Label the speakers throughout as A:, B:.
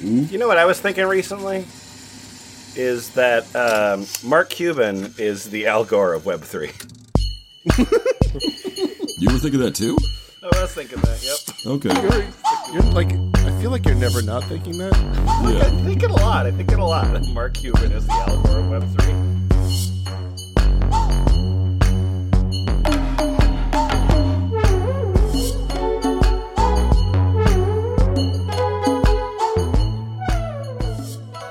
A: You know what I was thinking recently? Is that um, Mark Cuban is the Al Gore of Web3.
B: You were thinking that too?
A: Oh, I was thinking that, yep.
B: Okay.
C: You're, you're like, I feel like you're never not thinking that.
B: Yeah.
A: I'm thinking a lot. I think it a lot. Mark Cuban is the Al Gore of Web3.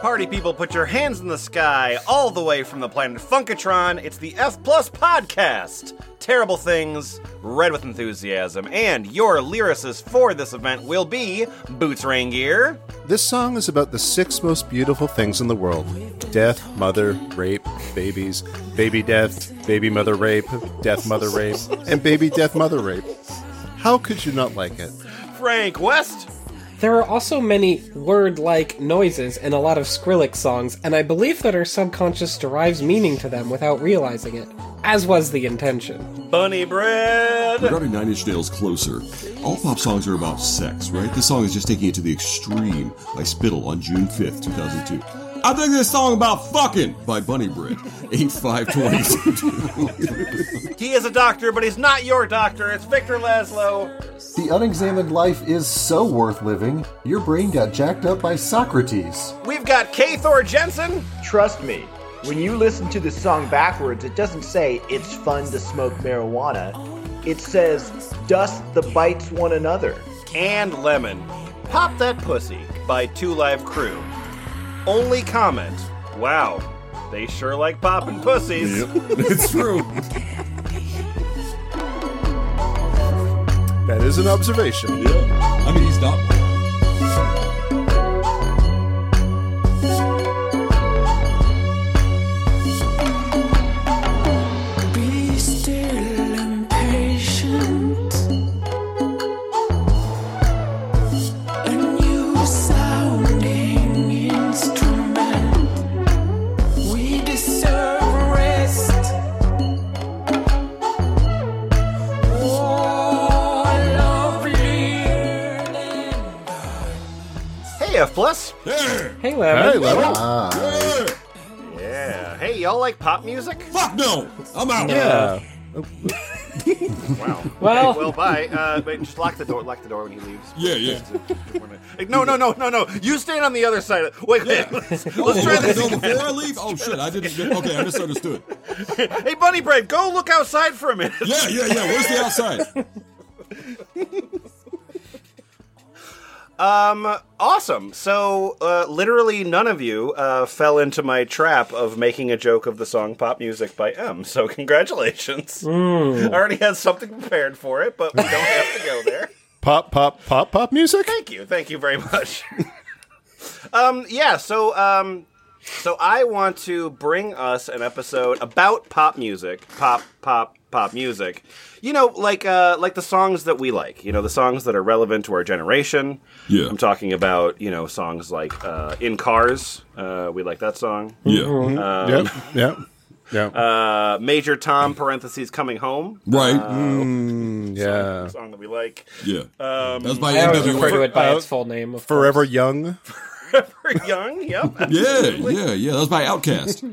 A: Party people, put your hands in the sky, all the way from the planet Funkatron. It's the F Plus Podcast. Terrible things, read with enthusiasm, and your lyricist for this event will be Boots Rain Gear.
C: This song is about the six most beautiful things in the world death, mother, rape, babies, baby death, baby mother rape, death, mother rape, and baby death, mother rape. How could you not like it?
A: Frank West.
D: There are also many word like noises in a lot of Skrillex songs, and I believe that our subconscious derives meaning to them without realizing it, as was the intention.
A: Bunny bread.
B: Regarding Nine Inch Nails Closer, all pop songs are about sex, right? This song is just taking it to the extreme by Spittle on June 5th, 2002. I think this song about fucking by Bunny Britt, 8522.
A: He is a doctor, but he's not your doctor. It's Victor Laszlo.
E: The unexamined life is so worth living, your brain got jacked up by Socrates.
A: We've got K. Thor Jensen.
F: Trust me, when you listen to this song backwards, it doesn't say it's fun to smoke marijuana. It says dust the bites one another.
A: and Lemon. Pop That Pussy by Two Live Crew. Only comment, wow, they sure like popping pussies.
B: it's true.
C: That is an observation.
B: Yeah. I mean, he's not.
G: Be still and patient. A new sounding instrument. We deserve rest. Oh, lovely
A: Hey, F Plus.
D: Hey, Levin.
C: Hey, Lemon.
B: Ah.
A: Yeah. Hey, y'all like pop music?
B: Fuck no! I'm out.
C: Yeah.
A: Wow.
D: Well-
A: well, bye. Uh, but just lock the door. Lock the door when he leaves.
B: Yeah, yeah.
A: Like, no, no, no, no, no. You stand on the other side. Of- wait, wait. Let's, let's try
B: oh,
A: this.
B: No, before I leave? Oh, shit, I didn't. Okay, I misunderstood.
A: Hey, Bunny Bread, go look outside for a minute.
B: Yeah, yeah, yeah. Where's the outside?
A: Um, Awesome. So, uh, literally, none of you uh, fell into my trap of making a joke of the song Pop Music by M. So, congratulations.
C: Mm.
B: Mm.
A: I already had something prepared for it, but we don't have to go there.
C: Pop, pop, pop, pop music?
A: Thank you. Thank you very much. um, yeah, so. Um, so I want to bring us an episode about pop music, pop, pop, pop music. You know, like uh, like the songs that we like. You know, the songs that are relevant to our generation.
B: Yeah.
A: I'm talking about you know songs like uh, "In Cars." Uh, we like that song. Mm-hmm.
B: Yeah.
D: Mm-hmm.
C: Yep, yep, yep.
A: Uh, Major Tom (parentheses Coming Home" Uh,
B: Right.
C: Mm, yeah.
A: song that we like. Um,
B: yeah. that was by
D: I always
B: NWA.
D: refer to it by
C: uh,
D: its full name. Of
C: Forever young.
A: We're young. Yep.
B: Yeah, yeah, yeah. That was by Outcast.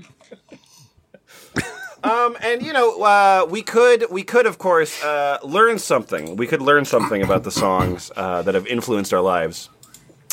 A: Um, and you know uh, we could we could of course uh, learn something we could learn something about the songs uh, that have influenced our lives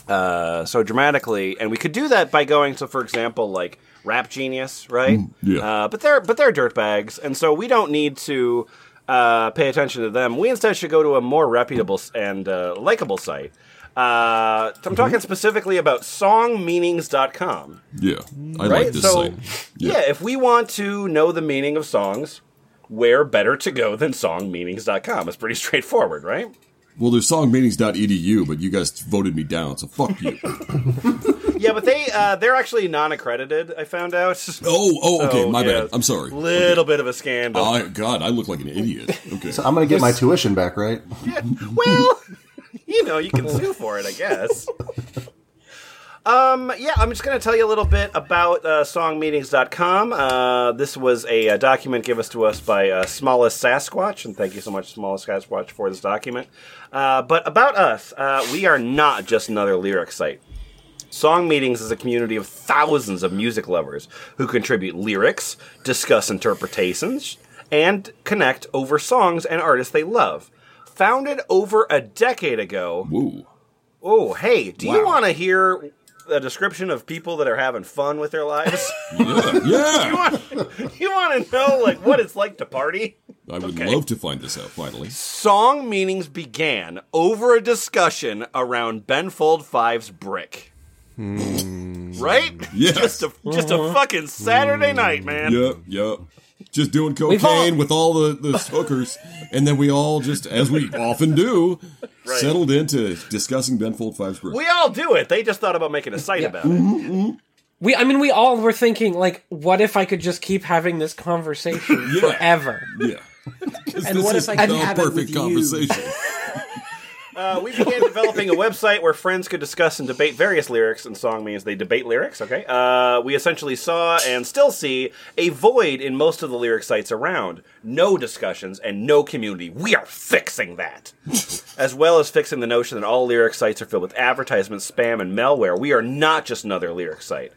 A: uh, so dramatically and we could do that by going to for example like rap genius right
B: Mm, yeah.
A: uh, but they're but they're dirtbags and so we don't need to uh, pay attention to them we instead should go to a more reputable s- and uh, likable site uh,
B: Mm-hmm.
A: i'm talking specifically about songmeanings.com
B: Yeah. I
A: right?
B: like this
A: so,
B: thing.
A: yeah. if we want to know the meaning of songs, where better to go than songmeanings.com? It's pretty straightforward, right?
B: Well, there's songmeetings.edu, E but you guys voted me down, so fuck you.
A: yeah, but they uh, they're actually non-accredited. I found out.
B: Oh, oh, okay,
A: So,
B: my
A: yeah,
B: bad. I'm sorry.
A: Little bit of a scandal.
B: Oh, God, I look like an idiot. Okay.
E: I'm gonna get my tuition back, right?
A: well, you know, you can sue for it, I guess. Um, yeah, I'm just going to tell you a little bit about uh, songmeetings.com. Uh, this was a, uh document given to us by uh, Smallest Sasquatch, and thank you so much, Smallest Sasquatch, for this document. Uh, but about us, uh, we are not just another lyric site. Song Meetings is a community of thousands of music lovers who contribute lyrics, discuss interpretations, and connect over songs and artists they love. Founded over a decade ago.
B: Woo.
A: Oh, hey, do you
B: Wow.
A: want to hear a description of people that are having fun with their lives?
B: Yeah, yeah.
A: you want to know like what it's like to party?
B: I would love to find this out finally.
A: Song meanings began over a discussion around Benfold Five's brick. right?
B: Yes.
A: Just a just a fucking Saturday night, man.
B: Yep, yep. Just doing
D: We've all-
B: cocaine with all the, the hookers, and then we all just, as we often do, settled into discussing Benfold Five's brick.
A: We all do it. They just thought about making a site about it.
B: Mm-hmm,
D: We, I mean, we all were thinking, like, what if I could just keep having this conversation
B: Yeah.
D: forever?
B: Yeah. mm-hmm.
H: And what if I can have it with
B: perfect
H: you?
B: conversation.
A: Uh, we began developing a website where friends could discuss and debate various lyrics and song meanings. They debate lyrics, okay? Uh, we essentially saw and still see a void in most of the lyric sites around. No discussions and no community. We are fixing that. as well as fixing the notion that all lyric sites are filled with advertisements, spam, and malware. We are not just another lyric site.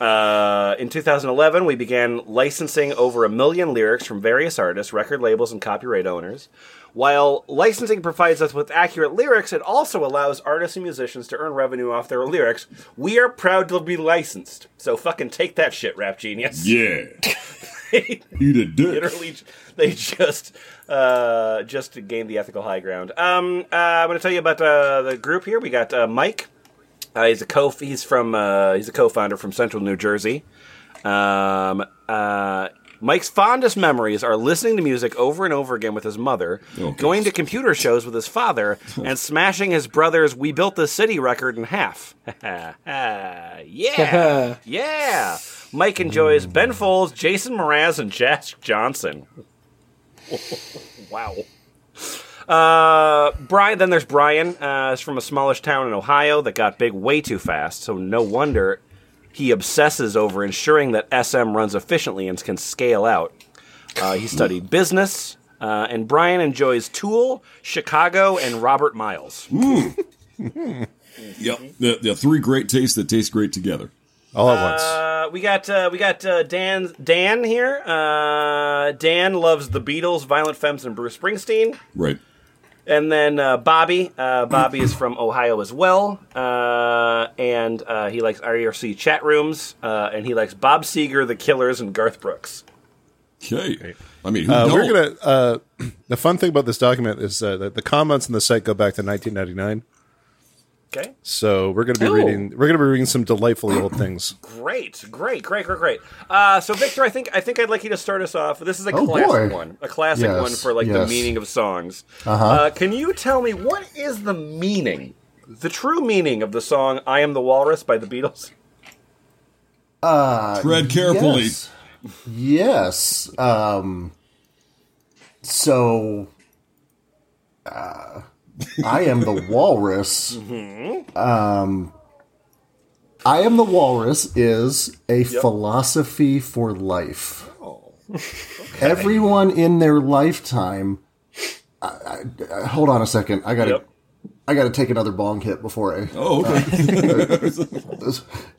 A: Uh, in 2011, we began licensing over a million lyrics from various artists, record labels, and copyright owners. While licensing provides us with accurate lyrics, it also allows artists and musicians to earn revenue off their lyrics. We are proud to be licensed. So fucking take that shit, rap genius.
B: Yeah. Eat a dick.
A: Literally, they just uh, just gained the ethical high ground. Um, uh, I'm going to tell you about uh, the group here. We got uh, Mike. Uh, he's a co he's from uh, he's a co-founder from Central New Jersey. Um, uh, Mike's fondest memories are listening to music over and over again with his mother,
B: Oh,
A: going
B: gosh.
A: to computer shows with his father, and smashing his brother's "We Built This City" record in half. yeah, yeah. Mike enjoys Ben Folds, Jason Mraz, and Jack Johnson. wow. Uh, Brian. Then there's Brian. Uh, is from a smallish town in Ohio that got big way too fast. So no wonder he obsesses over ensuring that SM runs efficiently and can scale out. Uh, he studied business, uh, and Brian enjoys Tool, Chicago, and Robert Miles.
B: Yep. Hmm. The, the three great tastes that taste great together.
C: All at once.
A: Uh, we got uh, we got uh, Dan Dan here. Uh, Dan loves the Beatles, Violent Femmes, and Bruce Springsteen.
B: Right.
A: And then uh, Bobby. Uh, Bobby is from Ohio as well. Uh, and uh, he likes IRC chat rooms. Uh, and he likes Bob Seger, The Killers, and Garth Brooks.
B: Okay. I mean, who
C: Uh,
B: don't?
C: we're gonna. Uh, the fun thing about this document is uh, that the comments on the site go back to 1999.
A: Okay.
C: So we're gonna be
D: Oh.
C: reading. We're gonna be reading some delightfully old things.
A: Great, great, great, great, great. Uh, so, Victor, I think I think I'd like you to start us off. This is a
E: Oh,
A: classic
E: boy.
A: one, a classic
E: Yes,
A: one for like the
E: yes.
A: meaning of songs. Uh-huh. Can you tell me what is the meaning, the true meaning of the song "I Am the Walrus" by the Beatles?
B: Tread carefully.
E: Uh, Yes. Yes. Um, so, uh, I am the walrus. Um, I am the walrus is a philosophy for life. Everyone in their lifetime. I, I, uh, hold on a second. I gotta.
A: Yep.
E: I gotta take another bong hit before I. uh,
B: Oh, okay.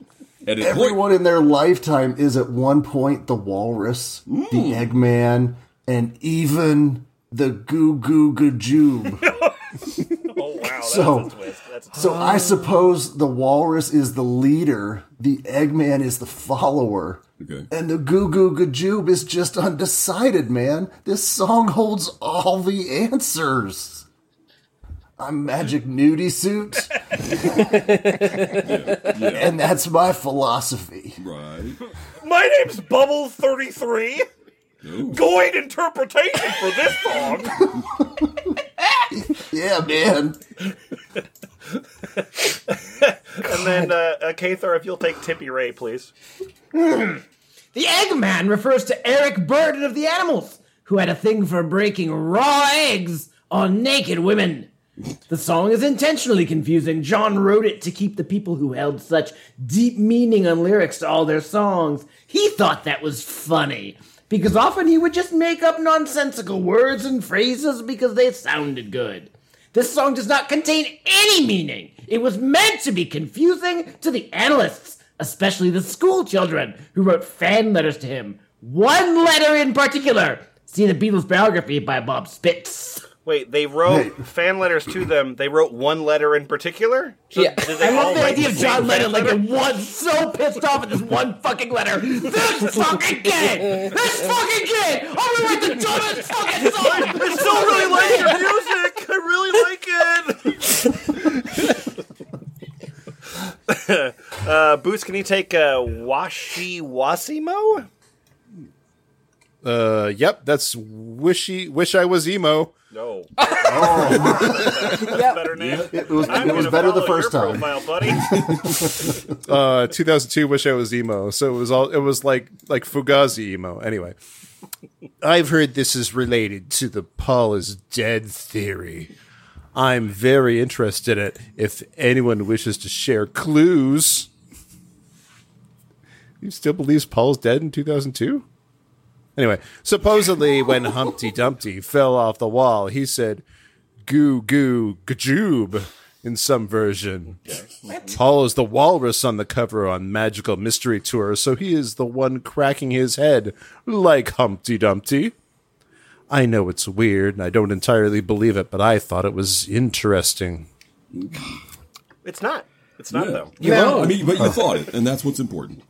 B: Edit point.
E: Everyone in their lifetime is at one point the walrus, the
A: Hmm.
E: Eggman, and even the Goo Goo Gajoob.
A: Oh wow, that's
E: So-
A: a twist. That's a twist.
E: so I suppose the walrus is the leader, the Eggman is the follower,
B: Okay.
E: and the Goo Goo Gajoob is just undecided, man. This song holds all the answers. I'm Magic Nudie Suit,
B: Yeah.
E: and that's my philosophy.
B: Right.
A: My name's Bubble Thirty Three. Goid interpretation for this song.
E: Yeah, man.
A: and then, uh, uh, Kathar, if you'll take Tippy Ray, please.
H: The Eggman refers to Eric Burden of the Animals, who had a thing for breaking raw eggs on naked women. The song is intentionally confusing. John wrote it to keep the people who held such deep meaning on lyrics to all their songs. He thought that was funny, because often he would just make up nonsensical words and phrases because they sounded good. This song does not contain any meaning. It was meant to be confusing to the analysts, especially the school children who wrote fan letters to him. One letter in particular. See the Beatles biography by Bob Spitz.
A: Wait, they wrote fan letters to them. They wrote one letter in particular. So
D: Yeah.
A: did they
H: I
A: all
H: love the
A: write
H: idea
A: the
H: of
A: same
H: John
A: fan
H: Lennon like
A: letter?
H: it was so pissed off at this one fucking letter. This fucking kid! This fucking kid! I'm gonna write the dumbest fucking song!
A: I still really like your music. I really like it. uh, Boots, can you take uh, Washi Wasimo?
C: Uh, yep, that's wishy. Wish I was emo.
A: No.
B: Oh,
D: Yep.
A: Better name.
E: It was,
A: I'm
E: it was
A: gonna
E: better the
A: follow
E: first
A: your
E: time.
A: Profile,
C: Uh,
A: buddy.
C: 2002. Wish I was emo. So it was all. It was like like Fugazi emo. Anyway, I've heard this is related to the Paul is dead theory. I'm very interested in it. If anyone wishes to share clues, you still believes Paul's dead in 2002? Anyway, supposedly when Humpty Dumpty fell off the wall, he said goo goo gajoob in some version. Paul is the walrus on the cover on Magical Mystery Tour, so he is the one cracking his head like Humpty Dumpty. I know it's weird and I don't entirely believe it, but I thought it was interesting.
A: It's not. It's not though.
D: You
C: Yeah,
D: won't.
B: I mean, but you thought it, and that's what's important.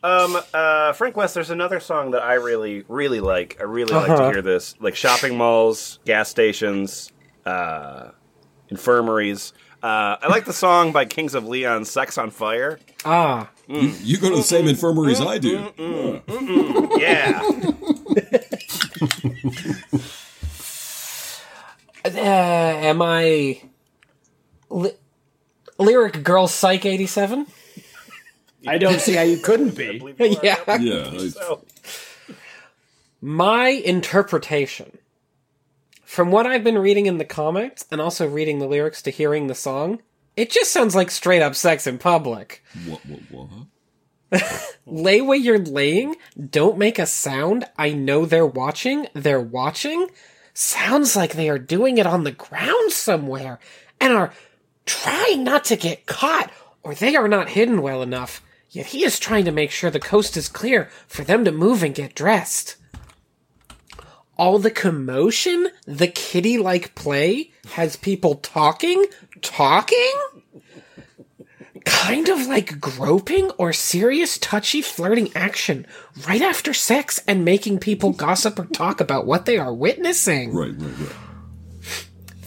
A: Uh, Frank West, there's another song that I really, really like. I really like
D: Uh-huh.
A: to hear this. Like shopping malls, gas stations, uh, infirmaries. Uh, I like the song by Kings of Leon, "Sex on Fire."
D: ah,
B: You go to the same infirmaries I do. Yeah.
A: Yeah,
D: uh, am I Ly- lyric girl psych eighty seven?
H: I don't see how you couldn't be.
D: Yeah.
B: Yeah. I-
A: So,
D: My interpretation, from what I've been reading in the comments and also reading the lyrics to hearing the song, it just sounds like straight up sex in public.
B: What, what, what?
D: Lay where you're laying. Don't make a sound. I know they're watching. They're watching. Sounds like they are doing it on the ground somewhere and are trying not to get caught, or they are not hidden well enough. Yet he is trying to make sure the coast is clear for them to move and get dressed. All the commotion, the kitty like play, has people talking, talking? kind of like groping or serious touchy flirting action right after sex and making people gossip or talk about what they are witnessing.
B: Right, right, right.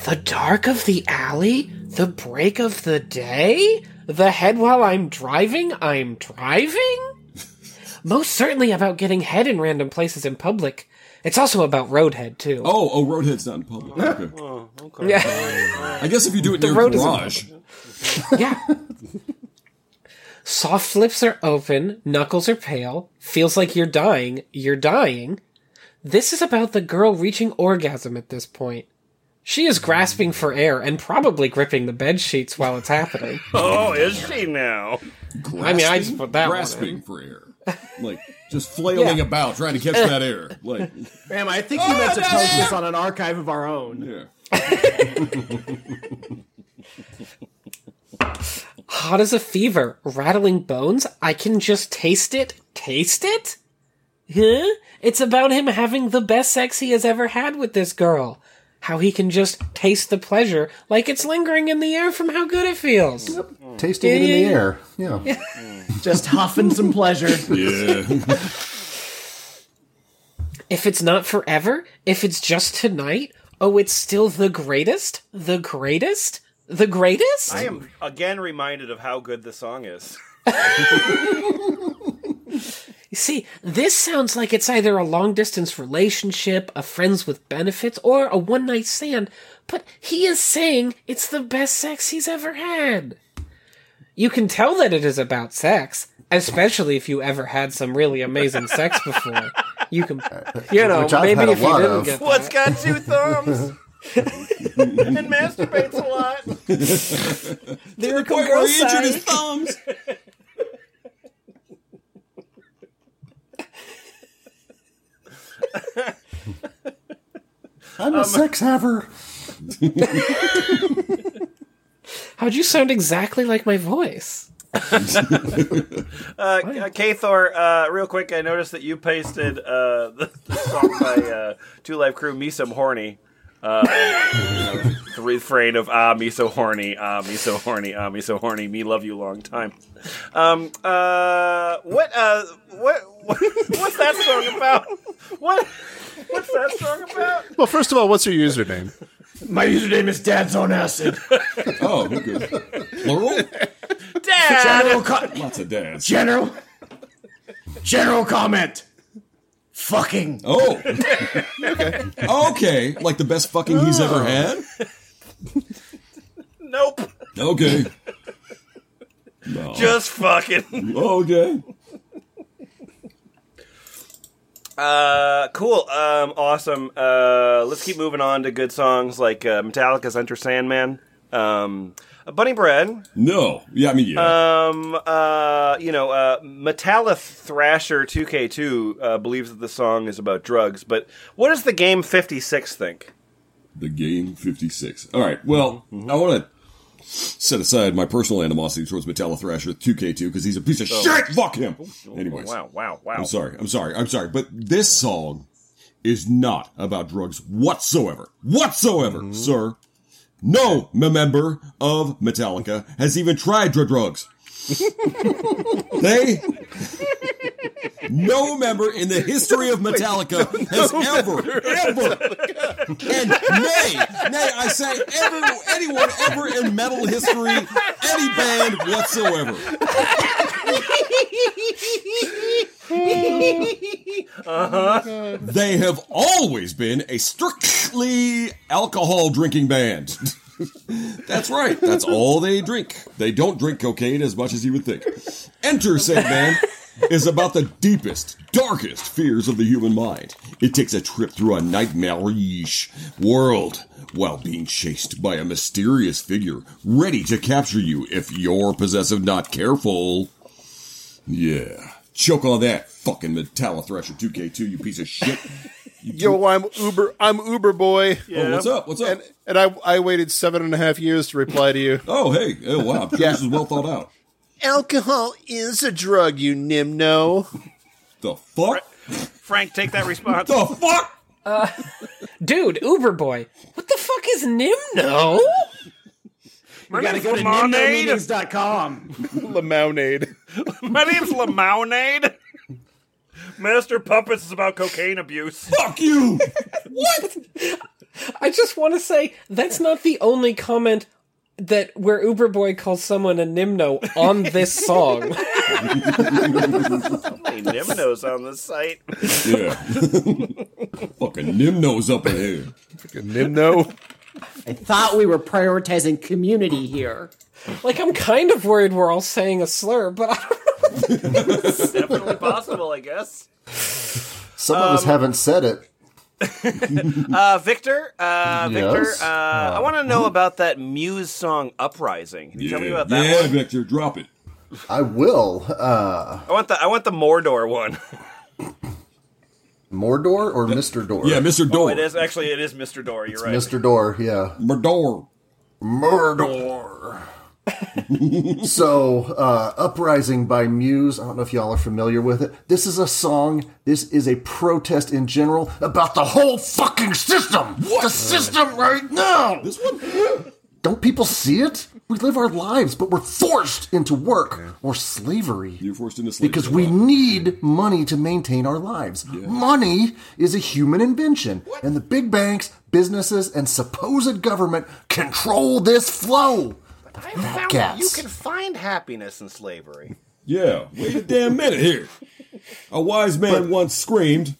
D: The dark of the alley, the break of the day, the head while I'm driving, I'm driving? Most certainly about getting head in random places in public. It's also about roadhead too.
B: Oh, oh, Roadhead's not in public. Okay.
H: Oh,
D: yeah.
B: I guess if you do it near
D: road is in
B: garage,
D: Yeah. Soft lips are open, knuckles are pale, feels like you're dying, you're dying. This is about the girl reaching orgasm at this point. She is grasping for air and probably gripping the bed sheets while it's happening.
A: oh, is she now?
B: grasping,
D: I mean, I just put that one
B: grasping for air, like just flailing
D: Yeah.
B: about trying to catch that air. Like,
H: Ma'am, I think you meant to post this on an archive of our own.
B: yeah.
D: Hot as a fever, rattling bones, I can just taste it. Taste it? Huh? It's about him having the best sex he has ever had with this girl. How he can just taste the pleasure like it's lingering in the air from how good it feels. Eh.
E: Tasting it in the
D: Yeah.
E: air. Yeah.
H: Just huffing some pleasure.
B: Yeah.
D: If it's not forever, if it's just tonight, oh, it's still the greatest, the greatest, the greatest?
A: I am again reminded of how good the song is.
D: You see, this sounds like it's either a long distance relationship, a friends with benefits, or a one night stand, but he is saying it's the best sex he's ever had. You can tell that it is about sex, especially if you ever had some really amazing sex before. You can, you know,
E: Uh, Which I've had
D: maybe
E: a
D: if you
E: lot
D: didn't
E: of.
D: get
A: What's
D: that.
A: got two thumbs? and masturbates a lot.
D: Lyrical
B: Wait,
D: girl
B: where he injured
D: side.
B: his thumbs.
E: I'm
A: Um,
E: a sex haver.
D: How'd you sound exactly like my voice?
A: Uh, uh, Kathor, uh, real quick, I noticed that you pasted uh, the, the song by uh, Two Live Crew, "Me Some Horny." Uh, you know, the refrain of "Ah, me so horny, ah, me so horny, ah, me so horny, me love you long time." Um, uh, what, uh, what, what, what's that song about? What, what's that song about?
C: Well, first of all, what's your username?
H: My username is Dad's on acid.
B: Oh, okay. Plural?
A: Dad,
H: General, co-
B: Lots of dads.
H: general, general comment. Fucking.
B: Oh. okay. Like the best fucking he's ever had?
A: nope,
B: Okay.
G: Oh.
B: No.
A: just fucking.
B: okay.
A: Uh, cool, um, awesome. Uh, let's keep moving on to good songs like uh, Metallica's "Enter Sandman." Um, Bunny Bread,
B: No. Yeah, I mean, yeah.
A: Um, uh, you know, uh, Metallith Thrasher 2K2 uh, believes that the song is about drugs, but what does the game 56 think?
B: the game 56. All right. Well,
A: Mm-hmm,
B: I want to set aside my personal animosity towards Metallothracer 2K2 because he's a piece of
A: Oh.
B: shit. Fuck him. Anyways.
A: Wow, wow, wow.
B: I'm sorry. I'm sorry. I'm sorry. But this song is not about drugs whatsoever. Whatsoever,
A: Mm-hmm.
B: sir. No member of Metallica has even tried dr- drugs. they. No member in the history of Metallica has ever, ever, and nay, nay, I say ever, anyone ever in metal history, any band whatsoever.
G: Uh-huh. Oh
A: Uh-huh.
B: They have always been a strictly alcohol drinking band. That's right. That's all they drink. They don't drink cocaine as much as you would think. Enter Sandman is about the deepest, darkest fears of the human mind. It takes a trip through a nightmarish world while being chased by a mysterious figure ready to capture you if you're possessive not careful. Yeah. Choke on that fucking Metallithresher 2K2, you piece of shit.
C: Yo, I'm Uber. I'm Uber boy.
B: Oh, what's up? What's up?
C: And, and I, I waited seven and a half years to reply to you.
B: Oh, hey. Oh, wow. I'm sure this is well thought out.
C: Alcohol is a drug, you nimno.
B: The fuck?
A: Frank, take that response.
B: The fuck?
D: Dude, Uber boy. What the fuck is Nimno?
A: My
H: You gotta
A: name's
H: go to
A: Lemonade.
H: nimnomeetings.com.
C: Lemonade.
A: My name's Lemonade. Master Puppets is about cocaine abuse.
B: Fuck you!
D: What? I just want to say that's not the only comment that where Uber boy calls someone a Nimno on this song.
A: Hey, Nimno's on the site.
B: yeah. Fucking Nimno's up in here.
C: nimno.
H: I thought we were prioritizing community here.
D: like I'm kind of worried we're all saying a slur, but I don't
A: Definitely possible, I guess.
E: Some of
A: Um,
E: us haven't said it.
A: Uh, Victor, uh, Victor,
E: Yes?
A: uh, I want to know about that Muse song "Uprising." Can you
B: Yeah,
A: tell me about that
B: yeah
A: one?
B: Victor, drop it.
E: I will. Uh,
A: I want the I want the Mordor one.
E: Mordor or Mr. Door?
B: Yeah, Mr. Door.
A: Oh, It is actually it is Mr. Door. You're right.
E: Mr. Door, yeah.
B: Mordor.
E: Mordor. so, uh, Uprising by Muse. I don't know if y'all are familiar with it. This is a song. This is a protest in general about the whole fucking system. The system right now.
B: This one?
E: Don't people see it? We live our lives, but we're forced into work or slavery.
B: You're forced into slavery.
E: because we need money to maintain our lives. Money is a human invention, and the big banks, businesses, and supposed government control this flow.
A: I found
E: Cats.
A: you can find happiness in slavery.
B: Yeah, wait a damn minute here. A wise man once screamed,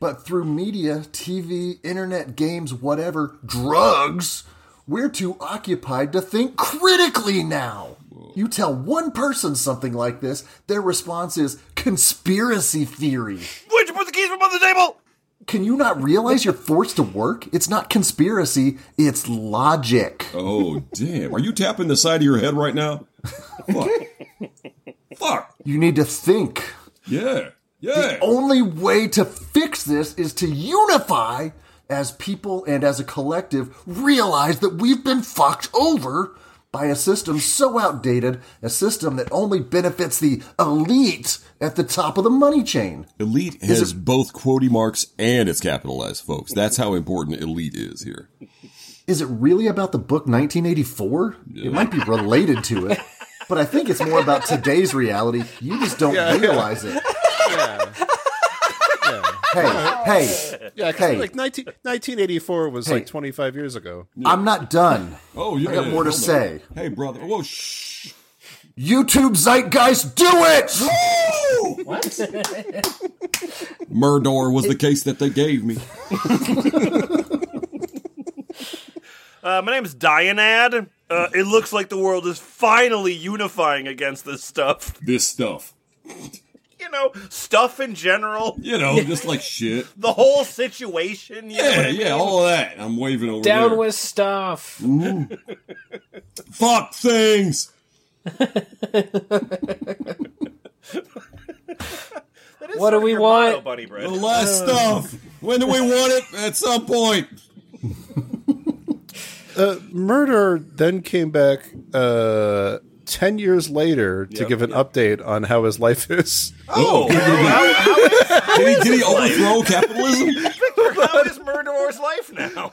E: But through media, TV, internet, games, whatever, drugs, we're too occupied to think critically now. You tell one person something like this, their response is conspiracy theory.
A: Would you put the keys from on the table?
E: Can you not realize you're forced to work? It's not conspiracy, it's logic.
B: "Oh damn, are you tapping the side of your head right now?" Fuck. Fuck.
E: You need to think.
B: Yeah. Yeah.
E: only way to fix this is to unify as people and as a collective realize that we've been fucked over by a system so outdated, a system that only benefits the elite at the top of the money chain.
B: Elite has both quoting marks and it's capitalized, folks. That's how important elite is here.
E: Is it really about the book 1984? It might be related to it, but I think it's more about today's reality. You just don't realize it.
C: Yeah. Yeah.
E: Hey, hey,
C: Yeah, 'cause,
E: Hey.
C: like 19, 1984 was
E: Hey.
C: like 25 years ago.
E: I'm not done.
B: Oh, yeah.
E: I got more to
B: hold
E: say.
B: on. Hey, brother. Whoa, shh.
E: YouTube Zeitgeist, do it!
B: Murdor was the case that they gave me.
A: Uh, my name's Dianad. Uh, it looks like the world is finally unifying against this stuff.
B: This stuff.
A: You know, stuff in general,
B: You know, just like shit.
A: the whole situation. You know what
B: Yeah,
A: I
B: yeah,
A: mean?
B: all of that. I'm waving over
D: Down
B: there.
D: with stuff.
B: Fuck things.
A: That
D: What do
A: is sort of
D: we
A: your
D: want? Uh.
A: motto, Bunny
B: The
A: Bread.
B: last stuff. When do we want it? At some point.
C: Uh, Murder then came back uh, 10 years later to
A: Yep.
C: give an update on how his life is.
B: Oh, did, he, did he overthrow capitalism?
A: How is Uh, Murderer's life now?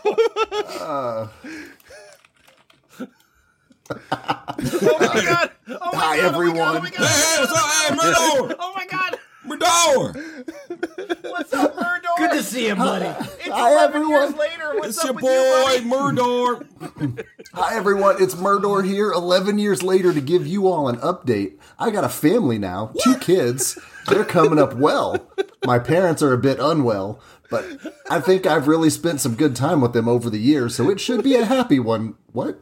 A: oh my god! Oh my
E: Hi,
A: god! Oh
E: everyone.
A: my god!
B: Hey, hey, what's up? Hey, Murdor!
A: Oh my god!
B: Murdor!
A: What's up, Murder?
H: Good to see you, buddy.
A: it's
E: Hi,
A: 11 years
E: everyone.
A: later. What's
B: It's
A: up
B: your
A: with you, buddy?
B: boy, Murdor.
E: Hi, everyone. It's Murdor here, 11 years later, to give you all an update. I got a family now, two kids. They're coming up well. My parents are a bit unwell, but I think I've really spent some good time with them over the years, so it should be a happy one. What?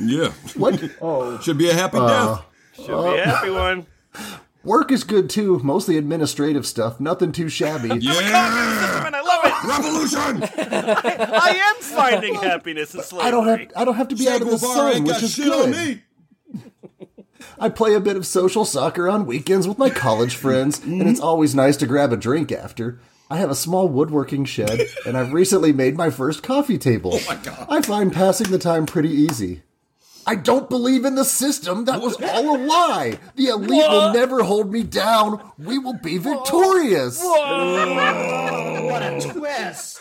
B: Yeah.
E: What? Uh,
B: Should be a happy death.
A: Should be a happy one.
E: Work is good too, mostly administrative stuff, nothing too shabby.
B: Yeah.
A: And I love it.
B: Revolution!
A: I am finding happiness in slavery.
E: I don't have I don't have to be out
B: Che
E: in the
B: Guevara
E: sun,
B: ain't
E: which
B: got
E: is
B: shit on
E: good.
B: me.
E: I play a bit of social soccer on weekends with my college friends,
B: Mm-hmm.
E: and it's always nice to grab a drink after. I have a small woodworking shed, and I've recently made my first coffee table. Oh my god! I find passing the time pretty easy. I don't believe in the system. That was all a lie. The elite will never hold me down. We will be victorious.
H: What a twist.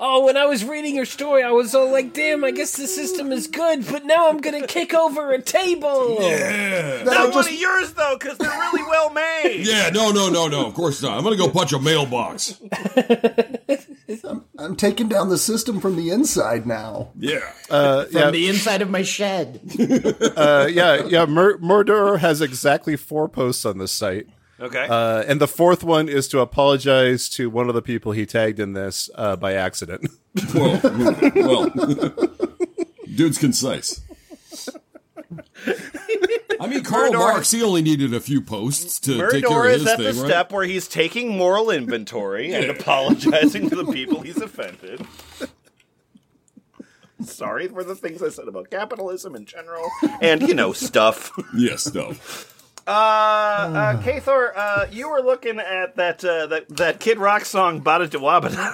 D: Oh, when I was reading your story, I was all like, damn, I guess the system is good, but now I'm gonna kick over a table.
E: That I
A: Not one
E: just-
A: of yours though, because they're really well made.
B: Yeah, no, no, no, no. Of course not. I'm gonna go punch a mailbox.
E: I'm taking down the system from the inside now.
B: Yeah.
H: From the inside of my shed.
C: Uh, yeah, yeah. Mur- Murder has exactly four posts on this site.
A: Okay.
C: Uh, and the fourth one is to apologize to one of the people he tagged in this uh, by accident.
B: well, well, dude's concise. I mean, Karl
A: Murdor-
B: Marx, he only needed a few posts to take care
A: Murdor
B: of his
A: is at
B: thing,
A: the
B: right?
A: step where he's taking moral inventory and apologizing to the people he's offended. Sorry for the things I said about capitalism in general, and you know stuff.
B: Yes, though.
A: Uh, uh Kathor, uh, you were looking at that uh, that that Kid Rock song "Bada Dawabada."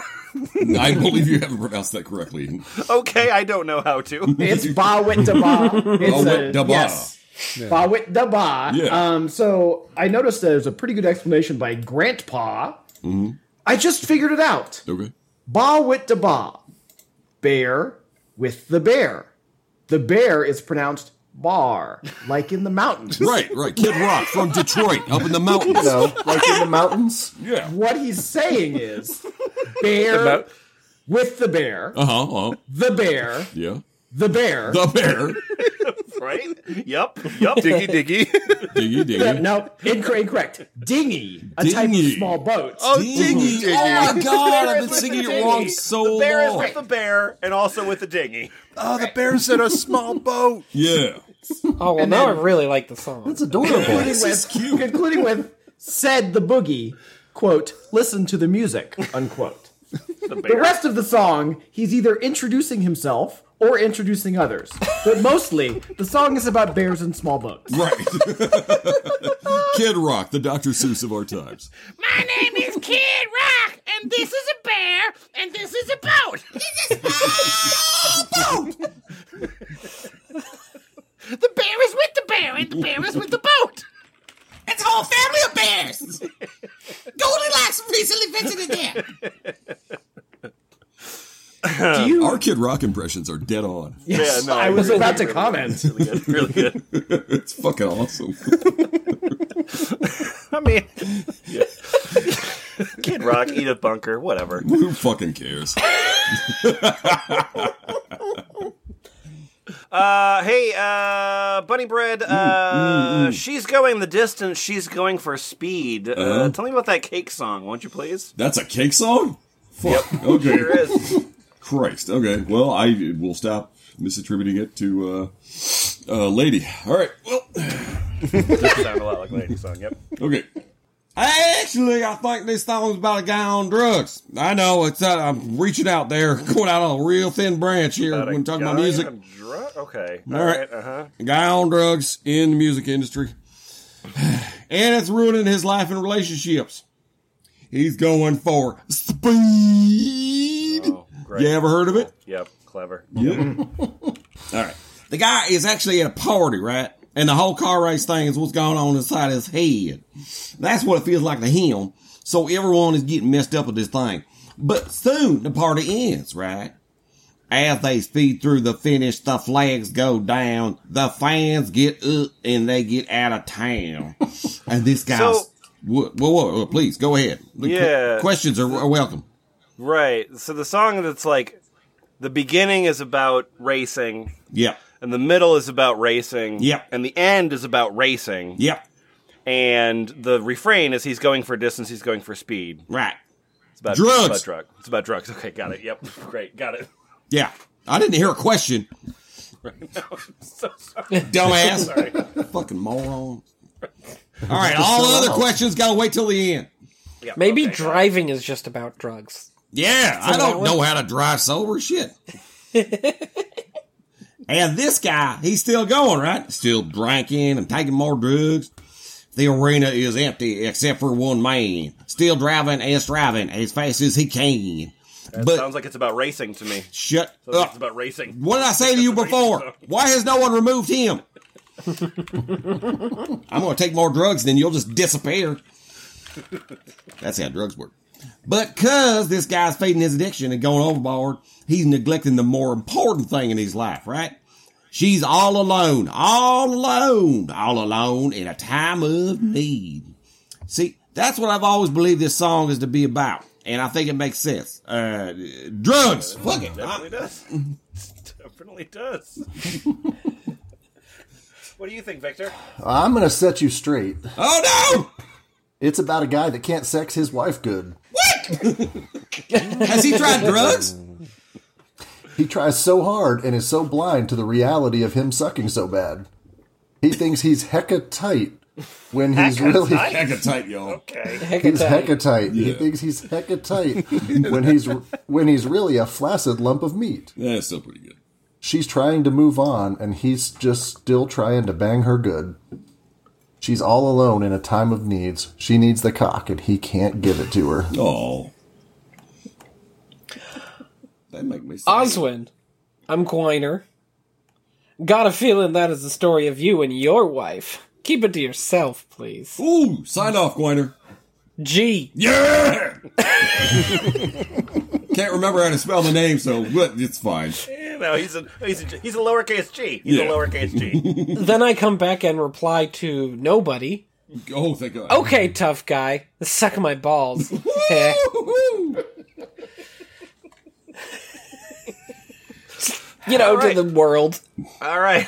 B: I believe you haven't pronounced that correctly.
A: okay, I don't know how to.
H: It's ba wit da ba.
I: Oh,
H: It's
B: Ba wit
H: a-
B: da ba.
H: Yes. Ba wit da ba.
B: Yeah.
H: Um, so I noticed there's a pretty good explanation by Grantpa. I just figured it out.
B: Mm-hmm. Okay.
H: Ba wit da ba. Bear with the bear. The bear is pronounced bar, like in the mountains.
B: Right, right. Kid Rock from Detroit, up in the mountains.
E: You know, like in the mountains.
B: Yeah.
H: What he's saying is bear
C: About-
H: with the bear,
B: Uh huh. Uh-huh.
H: the bear,
B: Yeah.
H: the bear.
B: The bear.
A: right? Yup. Yup.
C: diggy diggy.
B: Diggy, diggy.
H: no, incorrect, incorrect. Dinghy, a type of
B: Dinghy.
H: small boat.
B: Diggy.
C: Diggy.
B: Oh my god,
A: With
B: I've been
A: the
B: singing
A: dinghy.
B: it wrong so
A: the bear
B: long.
A: is with the bear and also with the dinghy.
C: oh, the bear's in a small boat.
B: yeah.
D: Oh, well, now I really like the song.
E: It's adorable.
B: This is
H: With-
B: cute.
H: concluding with said the boogie, quote, listen to the music, unquote. The
A: The bear.
H: rest of the song, he's either introducing himself
J: or introducing others. But mostly, the song is about bears and small bugs.
I: Right. Kid Rock, the Dr. Seuss of our times.
G: My name is Kid Rock, and this is a bear, and this is a boat. This is a boat. the bear is with the bear, and the bear is with the boat. It's a whole family of bears. Goldilocks recently visited there.
J: Do you?
I: Our Kid Rock impressions are dead on.
J: Yes,
A: Yeah, no,
J: I was
A: really,
J: about to
A: really,
J: comment.
A: Really good. Really good.
I: It's fucking awesome.
A: I mean, Kid Rock, eat a bunker, whatever.
I: Who fucking cares?
A: Uh, hey, uh, Bunny Bread,
I: Mm,
A: uh, she's going the distance, she's going for speed. Uh, Tell me about that cake song, won't you please?
I: Uh-huh. That's a cake song? Fuck. Okay.
A: Sure is.
I: Christ. Okay. Well, I will stop misattributing it to uh, uh, lady. All right. Well,
A: Sound a lot like Lady Song, yep.
I: okay. Actually, I think this song's about a guy on drugs. I know it's. Uh, I'm reaching out there, going out on a real thin branch here
A: About a
I: when talking about
A: guy
I: music.
A: on dru- okay.
I: All right.
A: Uh-huh.
I: A guy on drugs in the music industry. and it's ruining his life and relationships. He's going for speed.
A: Oh, great.
I: you ever heard of it?
A: Yep, clever.
I: All right. The guy is actually at a party, right? And the whole car race thing is what's going on inside his head. That's what it feels like to him. So everyone is getting messed up with this thing. But soon the party ends, right? As they speed through the finish, the flags go down, the fans get up, and they get out of town. And this guy's.
A: So-
I: whoa, whoa, whoa, whoa, please go ahead. The que-
A: Yeah.
I: questions are, are welcome.
A: Right. So the song that's like the beginning is about racing,
I: Yep.
A: and the middle is about racing,
I: Yep.
A: and the end is about racing,
I: Yep.
A: and the refrain is he's going for distance, he's going for speed.
I: Right.
A: It's about It's
I: Drugs.
A: about, drug. it's about drugs. Okay, got it. Yep, great, got it.
I: Yeah. I didn't hear a question.
A: So sorry.
I: Dumbass.
A: Sorry.
I: Fucking moron. All right, all other questions gotta wait till the end.
A: Yep,
D: Maybe
A: okay, got
D: driving is just about drugs.
I: Yeah, I
D: that
I: don't
D: one-
I: know how to drive sober shit. and this guy, he's still going, right? Still drinking and taking more drugs. The arena is empty except for one man, still driving and striving as fast as he can.
A: it.
I: but
A: sounds like it's about racing to me.
I: shut
A: Sounds like
I: up.
A: it's about racing.
I: What did I say to you before? Why has no one removed him? I'm going to take more drugs, and then you'll just disappear. That's how drugs work. But because this guy's feeding his addiction and going overboard, he's neglecting the more important thing in his life, right? She's all alone, all alone, all alone in a time of need. See, that's what I've always believed this song is to be about, and I think it makes sense. Uh, drugs, fuck it.
A: Definitely does. Definitely does. what do you think, Victor?
E: I'm going to set you straight.
I: Oh no!
E: It's about a guy that can't sex his wife good.
I: Has he tried drugs?
E: He tries so hard and is so blind to the reality of him sucking so bad. He thinks he's hecka tight when he's really
I: Hecka tight, y'all.
A: Okay.
D: Heck
E: he's
D: attack.
E: hecka tight. He thinks he's hecka tight when he's when he's really a flaccid lump of meat.
I: That's still pretty good.
E: She's trying to move on and he's just still trying to bang her good. She's all alone in a time of needs. She needs the cock and he can't give it to her.
I: Oh. That make me sad.
D: Oswin, I'm Quiner. Got a feeling that is the story of you and your wife. Keep it to yourself, please.
I: Ooh, signed off, Gwiner.
D: G.
I: Yeah! Can't remember how to spell the name, so but it's fine.
A: No, Eh, he's a he's a, he's a lowercase g. He's
I: Yeah.
A: a lowercase g.
D: Then I come back and reply to nobody.
I: Oh, thank God.
D: Okay, tough guy. Suck my balls. Heh.
I: Woo-hoo!
D: you know,
A: Alright.
D: to the world.
A: All right.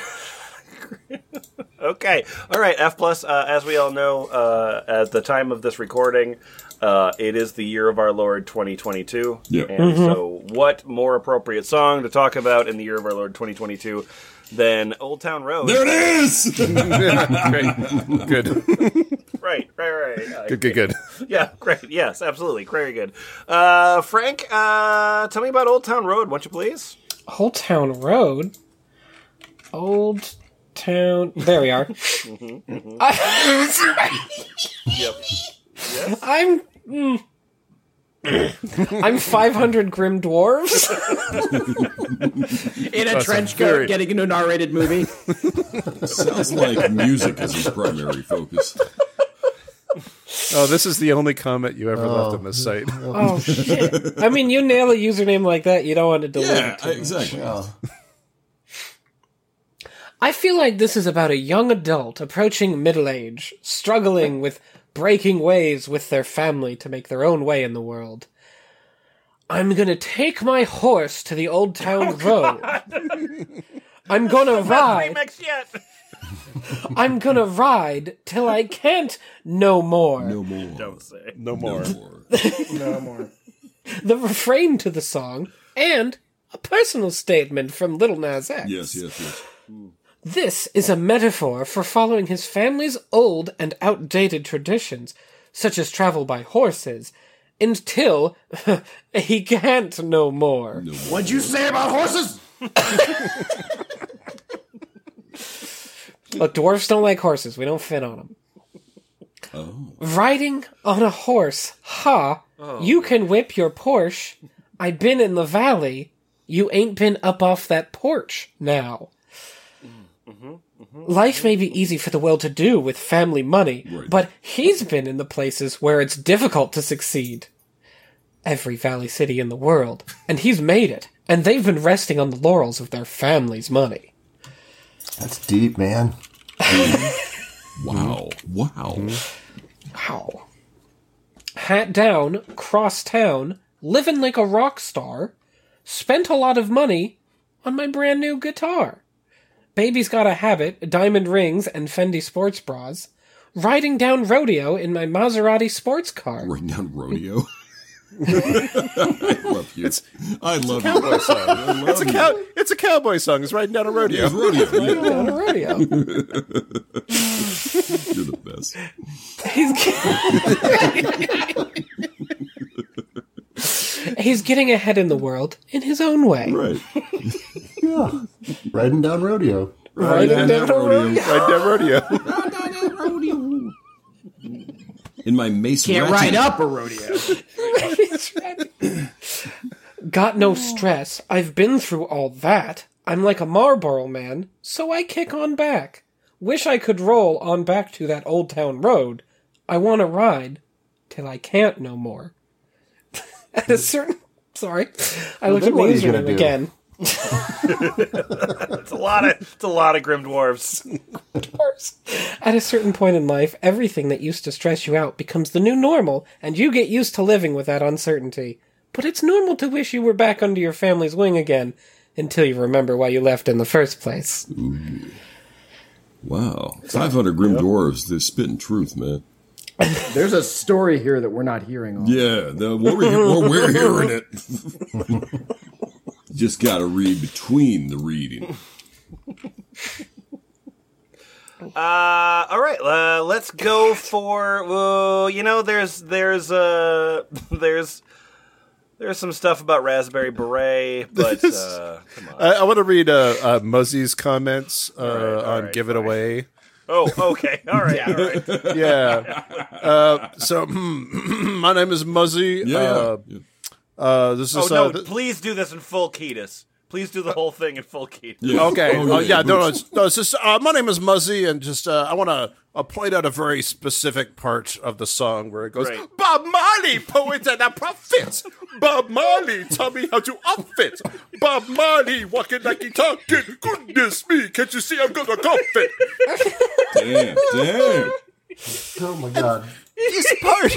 A: okay. All right. F plus. Uh, as we all know, uh, at the time of this recording, uh, it is the year of our Lord 2022.
I: Yeah.
A: And
C: Mm-hmm.
A: so, what more appropriate song to talk about in the year of our Lord 2022 than Old Town Road?
I: There it is!
C: Good.
A: right. Right. Right. Uh,
C: Good, good, good.
A: yeah. Great. Yes. Absolutely. Very good. Uh, Frank, uh, tell me about Old Town Road, won't you please?
D: Old Town Road. Old Town. There we are.
A: Mm-hmm.
D: I-
A: Yep.
D: I'm. mm. I'm 500 Grim Dwarves.
H: In a
C: That's a
H: trench coat,
C: very-
H: getting into an R-rated movie.
B: Sounds like music is his primary focus.
C: Oh, this is the only comment you ever left on this site.
D: Oh, shit. I mean, you nail a username like that, you don't want to delete
B: Yeah,
D: it.
B: I- exactly.
D: I feel like this is about a young adult approaching middle age, struggling with breaking ways with their family to make their own way in the world. I'm gonna take my horse to the old
B: Oh,
D: town road. I'm gonna ride.
A: Remix yet.
D: I'm gonna ride till I can't no more.
B: No more.
A: Don't say.
C: No more.
B: more.
D: The refrain to the song and a personal statement from Little Nas X.
B: Yes, yes, yes.
D: This is a metaphor for following his family's old and outdated traditions, such as travel by horses, until he can't no more.
H: What'd you say about horses?
D: Look, dwarfs don't like horses. We don't fit on them. Riding on a horse, ha! you can whip your Porsche. I been in the valley. You ain't been up off that porch now. Mm-hmm. Life may be easy for the well to do with family money, but he's been in the places where it's difficult to succeed. Every valley city in the world, and he's made it, and they've been resting on the laurels of their family's money.
E: That's deep, man.
B: Wow. Wow.
D: Wow. Hat down, cross town, living like a rock star, spent a lot of money on my brand new guitar. Baby's got a habit, diamond rings, and Fendi sports bras. Riding down rodeo in my Maserati sports car.
B: Bring down rodeo. I love you. I love you. I love
C: It's a
B: you.
C: cow- It's a cowboy song. It's riding down a rodeo.
B: It's rodeo.
D: Riding down a rodeo.
B: You're the best.
D: He's getting ahead in the world in his own way.
B: Right.
E: Yeah. Riding down rodeo.
D: Riding down a rodeo.
C: Riding down rodeo.
B: In my mace
H: Can't ride
B: ratchet-
H: up a rodeo.
D: Got no stress. I've been through all that. I'm like a Marlboro man, so I kick on back. Wish I could roll on back to that old town road. I want to ride till I can't no more. At a certain. Sorry. I looked
E: then
D: at my
E: what are you gonna
D: username
E: do?
D: again.
A: It's a lot of. It's a lot of grim dwarves.
D: At a certain point in life, everything that used to stress you out becomes the new normal, and you get used to living with that uncertainty. But it's normal to wish you were back under your family's wing again until you remember why you left in the first place.
B: Wow. 500 Grim Dwarves. They're spitting truth, man.
K: There's a story here that we're not hearing on.
B: Yeah, the, we're, we're, we're hearing it. Just got to read between the reading.
A: Uh, all right, uh, let's go for. Well, you know, there's there's uh there's there's some stuff about raspberry beret, but uh, come on.
C: I, I want to read uh, uh, Muzzy's comments uh, on
A: right,
C: Give It Away.
A: Oh, okay, all right, all right.
C: Yeah. Uh, so, my name is Muzzy.
B: Yeah,
C: uh,
B: yeah.
C: Uh, this
A: Oh
C: is uh,
A: no,
C: th-
A: please do this in full ketis. Please do the whole thing in full ketis.
B: yeah.
C: Okay. Oh, yeah. No, no,
B: Bruce.
C: it's, no. It's just uh, my name is Muzzy, and just uh, I want to uh, point out a very specific part of the song where it goes,
A: Right.
C: "Bob Marley, poet and a prophet. Bob Marley, tell me how to outfit. Bob Marley, walking like he talking. Goodness me, can't you see I'm gonna cough it?
B: Damn, damn.
E: Oh my god.
C: This part,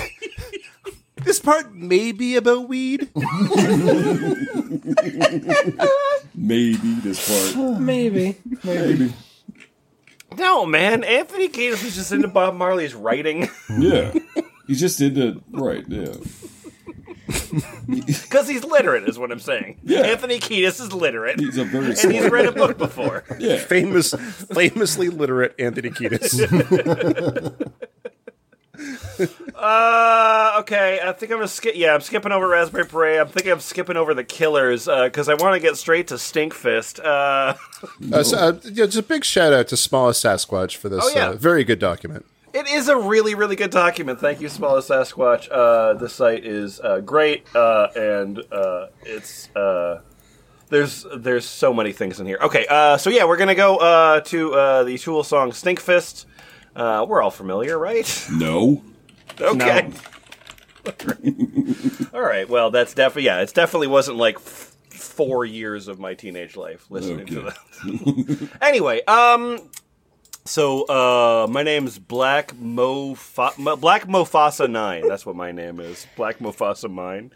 C: this part may be about weed.
B: Maybe this part.
D: Maybe.
A: No, man, Anthony Kiedis was just into Bob Marley's writing
B: Yeah. He just did the right, yeah.
A: because he's literate, is what I'm saying.
B: Yeah.
A: Anthony Kiedis is literate,
B: He's a very
A: and he's
B: smart.
A: read a book before.
B: Yeah.
C: Famous, famously literate Anthony Kiedis.
A: uh, okay, I think I'm gonna skip. Yeah, I'm skipping over Raspberry Parade. I'm thinking I'm skipping over the Killers because I want to get straight to Stinkfist. Uh,
C: Uh, so, uh, yeah, just a big shout out to Smallest Sasquatch for this
A: Oh, yeah.
C: uh, very good document.
A: It is a really, really good document. Thank you, Smallest Sasquatch. Uh, the site is uh, great, uh, and uh, it's uh, there's there's so many things in here. Okay, uh, so yeah, we're gonna go uh, to uh, the Tool song "Stinkfist." Uh, we're all familiar, right?
B: No.
A: Okay. all right. Well, that's definitely yeah. It definitely wasn't like f- four years of my teenage life listening to that anyway, um, so uh, my name's Black Mo Fa- Mo- Black Mofasa Nine. That's what my name is, Black Mofasa Mine.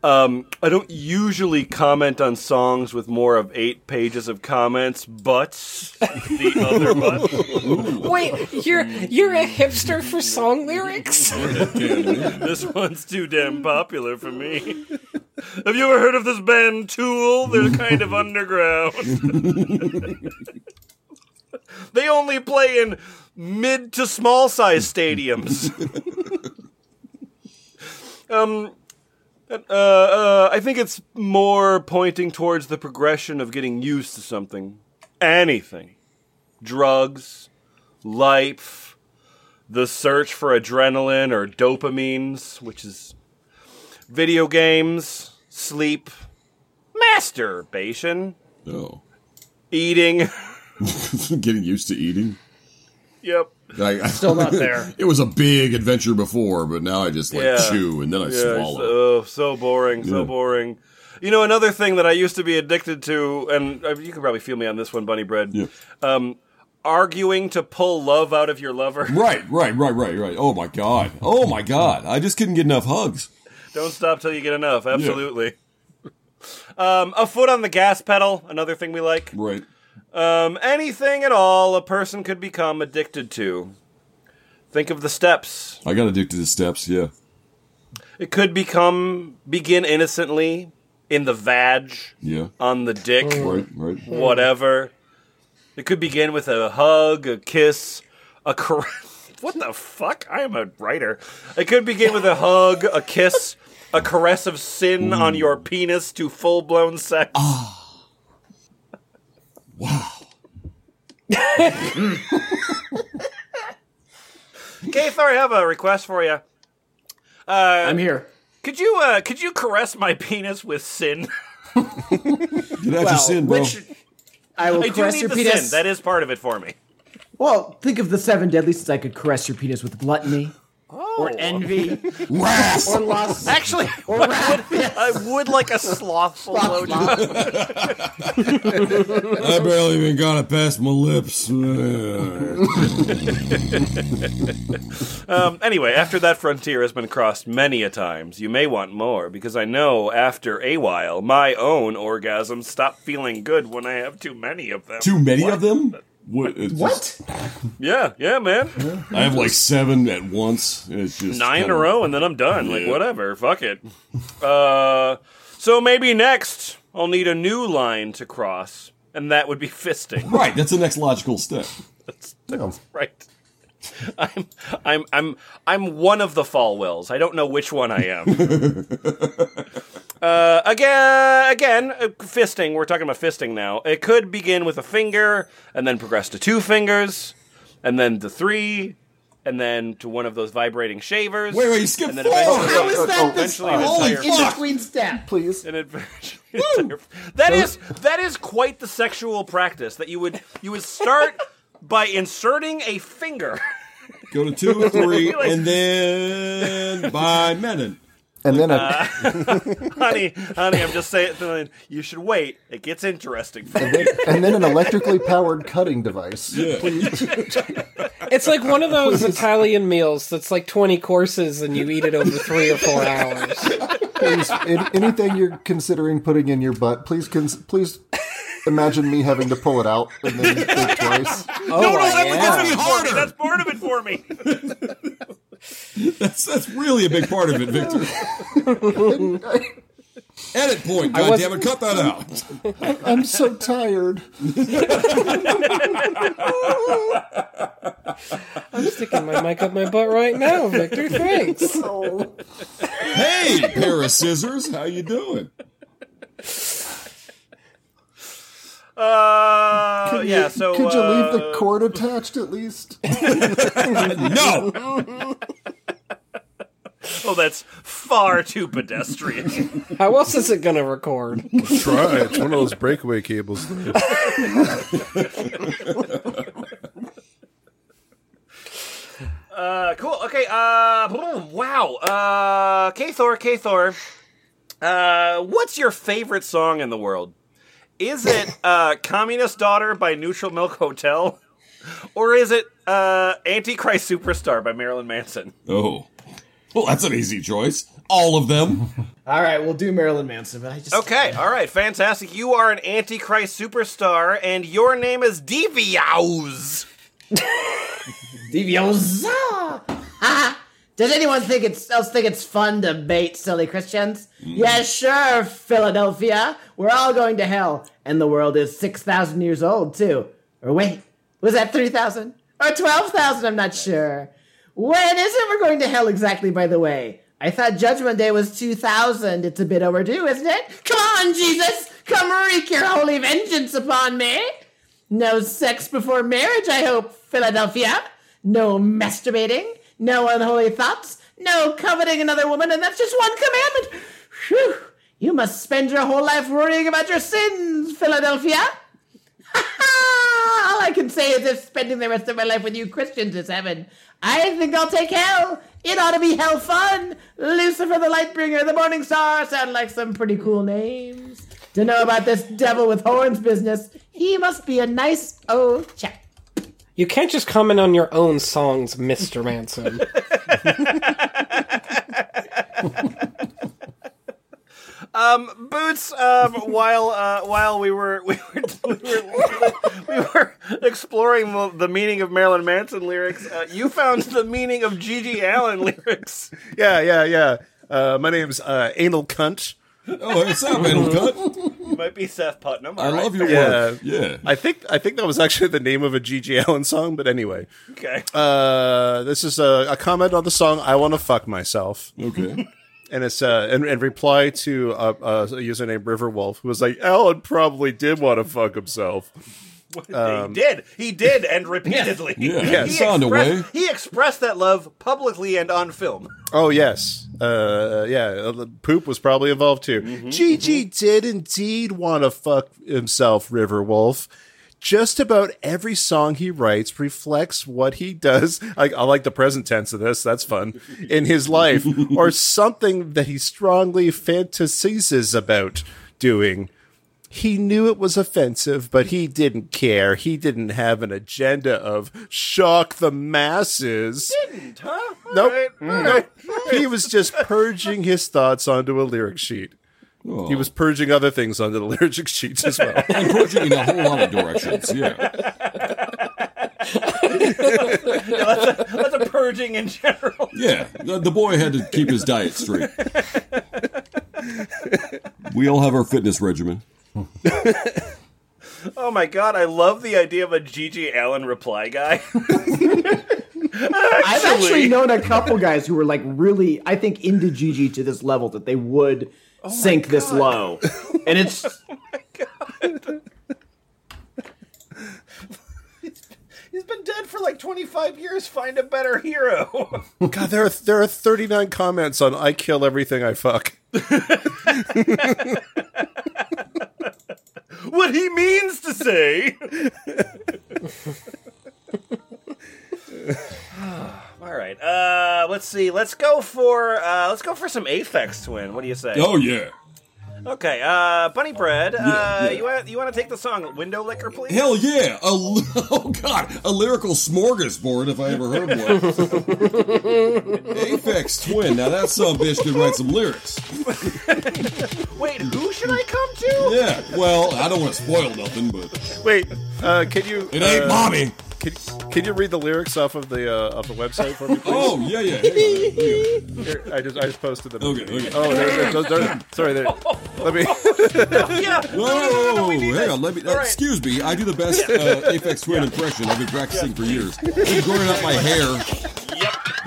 A: Um, I don't usually comment on songs with more of eight pages of comments, but the other but.
D: Wait, you're you're a hipster for song lyrics?
A: this one's too damn popular for me. Have you ever heard of this band Tool? They're kind of underground. they only play in mid to small size stadiums. um uh, uh, I think it's more pointing towards the progression of getting used to something. Anything. Drugs, life, the search for adrenaline or dopamines, which is video games, sleep, masturbation,
B: No.
A: eating.
B: Getting used to eating.
A: Yep.
B: I,
A: Still not there.
B: It was a big adventure before, but now I just like chew and then I
A: Yeah,
B: swallow.
A: so- Oh, so boring, so
B: Yeah.
A: boring. You know, another thing that I used to be addicted to, and uh, you can probably feel me on this one, Bunny Bread. Um, arguing to pull love out of your lover.
B: Right, right, right, right, right. Oh my god. Oh my god. I just couldn't get enough hugs.
A: Don't stop till you get enough. Absolutely. Um, a foot on the gas pedal. Another thing we like.
B: Right.
A: Um, anything at all a person could become addicted to. Think of the steps.
B: I got addicted to steps, yeah.
A: It could become begin innocently in the vag,
B: Yeah.
A: on the dick,
B: Right, right.
A: Mm. whatever. It could begin with a hug, a kiss, a cor- what the fuck? I am a writer. It could begin with a hug, a kiss, a caress of sin on your penis to full blown sex.
B: Ah.
A: wow. Keith, I have a request for you. Uh,
H: I'm here.
A: could you uh, could you caress my penis with sin?
B: Get out your sin, bro.
H: which- I will
A: I do
H: caress
A: need
H: your
A: the
H: penis.
A: sin. That is part of it for me.
H: Well, think of the seven deadly sins I could caress your penis with gluttony.
A: Or envy.
B: Wrath.
H: Oh. Or lust.
A: Actually, I, would, I would like a slothful blowjob.
B: I barely even got it past my lips.
A: um, anyway, after that frontier has been crossed many a times, you may want more because I know after a while my own orgasms stop feeling good when I have too many of them.
B: Too many of them? What? it's just-
A: Yeah, yeah, man.
B: I have like seven at once. It's just
A: nine in a
B: kinda-
A: row and then I'm done. Like
B: Yeah.
A: whatever, fuck it. Uh, so maybe next I'll need a new line to cross, and that would be fisting.
B: Right, that's the next logical step.
A: That's, that's right. I'm I'm I'm I'm one of the Falwells. I don't know which one I am. uh, again, again, uh, fisting. We're talking about fisting now. It could begin with a finger and then progress to two fingers, and then to three, and then to one of those vibrating shavers.
B: Wait, wait, you skipped
A: and then
B: four!
A: eventually-
B: How is that the-
A: eventually an
B: Holy
A: entire-
B: fuck!
H: Between step, please.
A: an adventure. That is that is quite the sexual practice that you would you would start by inserting a finger.
B: Go to two and three, and then by Menon.
E: And then
A: Uh, honey, honey, I'm just saying you should wait. It gets interesting.
E: and then an electrically powered cutting device.
D: It's like one of those Italian meals that's like 20 courses and you eat it over 3 or 4 hours.
E: Please, an- anything you're considering putting in your butt, please, cons- please imagine me having to pull it out and then think twice.
D: Oh,
A: no, no, that
D: yeah.
A: gets me harder. That's part of it for me.
B: That's that's really a big part of it, Victor. Edit point,
D: I was-
B: goddammit, cut that out.
E: I'm so tired.
D: I'm sticking my mic up my butt right now, Oh, Victor. Thanks.
B: Hey, pair of scissors, how you doing?
A: Uh,
E: Could you-
A: yeah. So
E: could you leave the
A: uh,
E: cord attached at least?
B: no.
A: Oh, that's far too pedestrian.
D: How else is it gonna record?
C: Try. It's one of those breakaway cables.
A: uh, cool. Okay. Uh, boom, wow. Uh, Kathor, Kathor. Uh, what's your favorite song in the world? Is it uh, "Communist Daughter" by Neutral Milk Hotel, or is it uh, "Antichrist Superstar" by Marilyn Manson?
B: Oh. Well, that's an easy choice. All of them.
A: All right,
J: We'll do Marilyn Manson, but I just
A: Okay, all right, fantastic. You are an Antichrist superstar, and your name is Deviaus.
H: Deviosa! Does anyone think it's else think it's fun to bait silly Christians? Yes, sure, Philadelphia. We're all going to hell, and the world is six thousand years old too. Or wait, was that three thousand or twelve thousand? I'm not sure. When is it we're going to hell exactly? By the way, I thought Judgment Day was two thousand. It's a bit overdue, isn't it? Come on, Jesus, come wreak your holy vengeance upon me. No sex before marriage, I hope, Philadelphia. No masturbating, no unholy thoughts, no coveting another woman, and that's just one commandment. Phew! You must spend your whole life worrying about your sins, Philadelphia. All I can say is if spending the rest of my life with you Christians is heaven, I think I'll take hell. It ought to be hell fun. Lucifer the Lightbringer, the Morning Star sound like some pretty cool names. To know about this devil with horns business, he must be a nice old chap.
D: You can't just comment on your own songs, Mr. Manson.
A: Um, Boots. Um, while uh, while we were we were we were, we were exploring the, the meaning of Marilyn Manson lyrics, uh, you found the meaning of Gigi Allen lyrics.
C: yeah, yeah, yeah. Uh, my name's uh, Anal Cunt.
B: Oh, what's up,
A: Anal Might be Seth Putnam. All right.
B: Yeah.
C: I think I think that was actually the name of a G.G. Allen song, but anyway.
A: Okay.
C: Uh, this is a, a comment on the song "I Want to Fuck Myself."
B: Okay.
C: And it's uh, in, in reply to uh, uh, a user named Riverwolf, who was like, "Alan probably did want to fuck himself." Um,
A: he did. He did, and repeatedly.
C: Yeah, Yeah,
A: he,
C: sound away.
A: expressed, he expressed that love publicly and on film.
C: Oh yes, uh, yeah. uh, the Poop was probably involved too. Gigi did indeed want to fuck himself, Riverwolf. Just about every song he writes reflects what he does. I, I like the present tense of this. That's fun in his life, or something that he strongly fantasizes about doing. He knew it was offensive, but he didn't care. He didn't have an agenda of shock the masses.
A: Didn't, huh? All
C: Nope. Mm.
A: right, all
C: Nope. He was just purging his thoughts onto a lyric sheet.
B: Oh.
C: He was purging other things onto the lyric sheets as well.
B: And purging in a whole lot of directions, yeah.
A: No, that's, a, that's a purging in general.
B: Yeah. The, the boy had to keep his diet straight. We all have our fitness regimen.
A: Oh my god, I love the idea of a Gigi Allen reply guy.
J: I've actually known a couple guys who were like really, I think, into Gigi to this level that they would
B: Oh
J: sink this low, and it's
A: He's been dead for like 25 years. Find a better hero.
C: God, there are there are thirty nine comments on "I kill everything I fuck."
A: what he means to say. All right. Uh, let's see. Let's go for uh, let's go for some Aphex Twin. What do you say?
B: Oh, yeah.
A: Okay. Uh, Bunny Bread. uh,
B: yeah.
A: you want you want to take the song "Window Licker," please?
B: Hell yeah! A, li- oh god, a lyrical smorgasbord if I ever heard one. Apex Twin. Now that son of a bitch could write some lyrics.
A: Wait, who should I come to?
B: Yeah. Well, I don't want to spoil nothing, but
C: Wait, uh, can you?
B: It ain't
C: uh,
B: mommy.
C: Can, can you read the lyrics off of the uh, of the website for me? Please?
B: oh yeah, yeah. hang on.
C: Here, I just I just posted them.
B: Okay, okay.
C: Oh, there, there, those are- sorry. There, Let me.
A: yeah.
L: Whoa, hang on. Let me. uh, Excuse me. I do the best uh, Apex Twin impression. I've been practicing for years. I've been growing out my hair.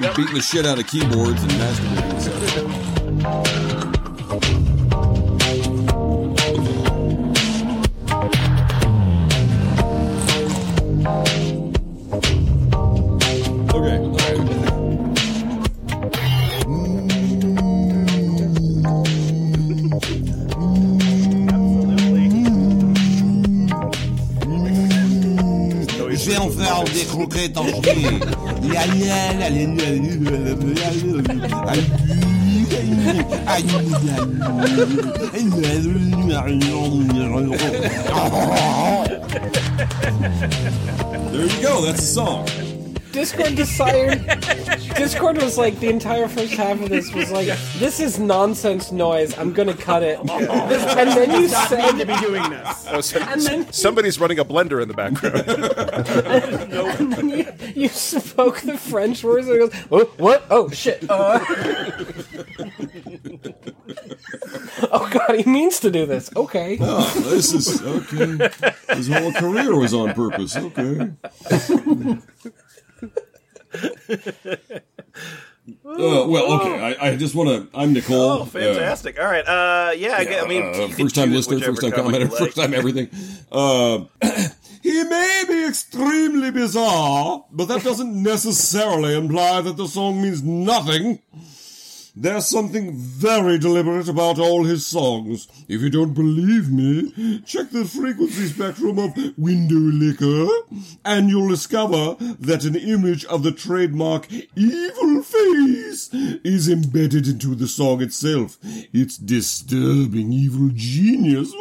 L: Been Beating the shit out of keyboards and masturbating. So. Okay. all right.
G: J'ai enfin des croquettes en gelée. Ya, ya, la, la, la, la, la, la, la. Aïe, aïe, aïe, aïe, aïe, aïe, aïe, aïe, aïe, aïe,
L: There you go. That's the song.
D: Discord decided. Discord was like the entire first half of this was like this is nonsense noise. I'm gonna cut it. and then you
C: Not
D: said
C: need to
D: be
M: doing this.
C: Oh, so-
D: And then-
C: somebody's running a blender in the background.
D: and then you, you spoke the French words and it goes, oh, what? Oh shit. Uh. oh god, he means to do this. Okay.
L: Oh, this is okay. His whole career was on purpose. Okay. Uh, well, okay. I, I just want to. I'm Nicole.
A: Oh, fantastic! All right, uh, yeah, I, guess- I mean,
L: Uh,
A: you can
L: first time
A: choose
L: listener,
A: whichever
L: first time
A: comic you
L: commenter,
A: like.
L: first time everything. Uh, he may be extremely bizarre, but that doesn't necessarily imply that the song means nothing. There's something very deliberate about all his songs. If you don't believe me, check the frequency spectrum of window liquor, and you'll discover that an image of the trademark evil face is embedded into the song itself. It's disturbing evil genius.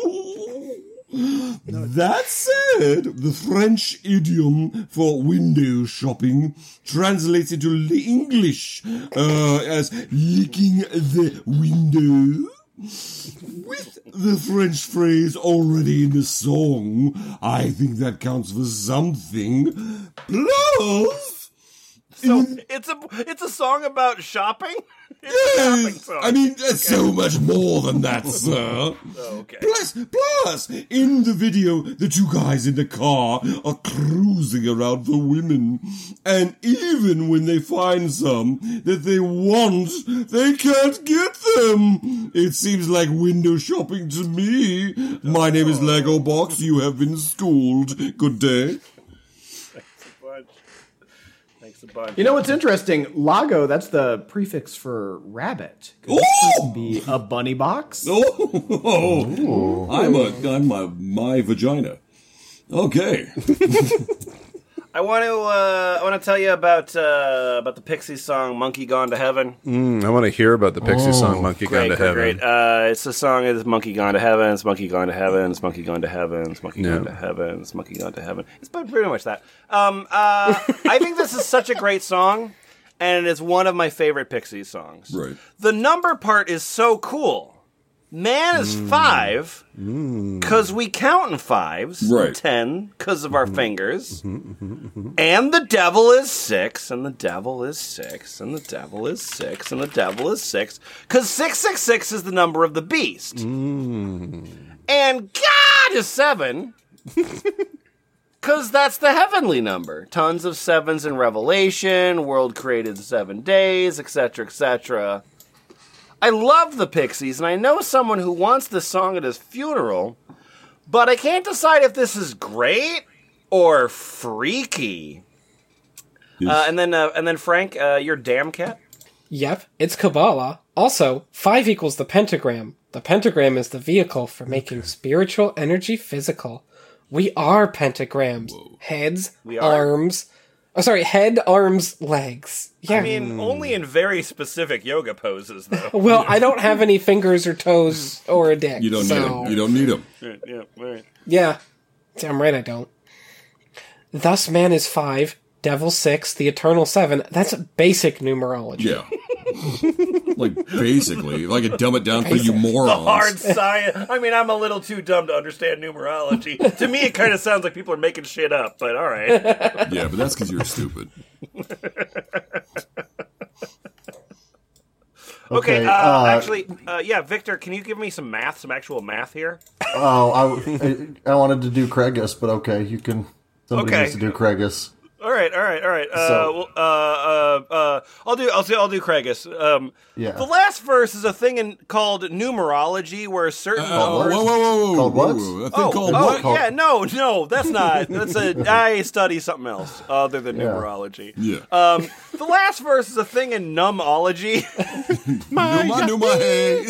L: That said, the French idiom for window shopping translates into li- English uh, as licking the window. With the French phrase already in the song, I think that counts for something. Plus,
A: So it's a it's a song about shopping.
L: Yes, Eh, I mean, that's so much more than that, sir. Plus, plus, in the video, the two guys in the car are cruising around for women. And even when they find some that they want, they can't get them. It seems like window shopping to me. My name is Lego Box. You have been schooled. Good day.
A: Thanks a bunch. Thanks a bunch.
J: You know what's interesting? Lago, that's the prefix for rabbit. Could that just be a bunny box?
L: Oh, I'm a, I'm a, my vagina. Okay.
A: I want to uh, I want to tell you about uh, about the Pixies song "Monkey Gone to Heaven."
C: Mm, I want to hear about the Pixie song
A: Oh.
C: "Monkey
A: great,
C: Gone to Heaven."
A: great, Great. Uh, it's a song. It's "Monkey Gone to Heaven." It's "Monkey Gone to Heaven." It's "Monkey Gone to Heaven." It's "Monkey
C: No.
A: Gone to Heaven." It's "Monkey Gone to Heaven." It's about pretty much that. Um, uh, I think this is such a great song, and it is one of my favorite Pixies songs.
L: Right.
A: The number part is so cool. Man is
C: Mm.
A: five
B: Mm.
A: because we count in fives, and
L: Right.
A: Ten because of our fingers, and the devil is six, and the devil is six, and the devil is six, and the devil is six because six six six is the number of the beast, and God is seven. Because that's the heavenly number. Tons of sevens in Revelation, world created in seven days, etc., etc. I love the Pixies, and I know someone who wants this song at his funeral, but I can't decide if this is great or freaky. Uh, and then, uh, and then Frank, uh, your damn cat.
D: Yep, it's Kabbalah. Also, 5 equals the pentagram. The pentagram is the vehicle for making spiritual energy physical. We are pentagrams. Heads,
A: are.
D: arms. Oh, sorry, head, arms, legs. Yeah.
A: I mean, only in very specific yoga poses, though.
D: well, I don't have any fingers or toes or a dick.
L: You don't need
D: so.
L: 'em. You don't need them.
A: Right, yeah, right.
D: Yeah. Damn right I don't. Thus man is five, devil six, the eternal seven. That's basic numerology.
L: Yeah. like basically, if I could dumb it down for you
D: Basic.
A: The hard
L: morons.
A: science. I mean, I'm a little too dumb to understand numerology. to me, it kind of sounds like people are making shit up. But all right.
L: Yeah, but that's because you're stupid.
A: Okay,
E: Okay,
A: uh,
E: uh,
A: actually, uh, yeah, Victor, can you give me some math, some actual math here?
E: Oh, I, I, I wanted to do Craigus, but okay, you can. Somebody
A: Okay.
E: needs to do Craigus.
A: All right, all right, all right. Uh,
E: So-
A: well, uh, uh, uh, I'll do. I'll do. I'll do. Craigus. Um,
E: Yeah.
A: The last verse is a thing in, called numerology, where certain.
B: Uh, whoa,
A: numbers-
B: whoa, whoa, whoa, whoa,
E: Called
B: whoa,
E: what?
B: whoa. A thing
A: Oh,
B: called
A: oh,
B: what?
A: yeah, no, no, that's not. That's a. I study something else other than
B: Yeah.
A: numerology.
B: Yeah.
A: Um, the last verse is a thing in numbology.
B: my, Numa, numa, hey.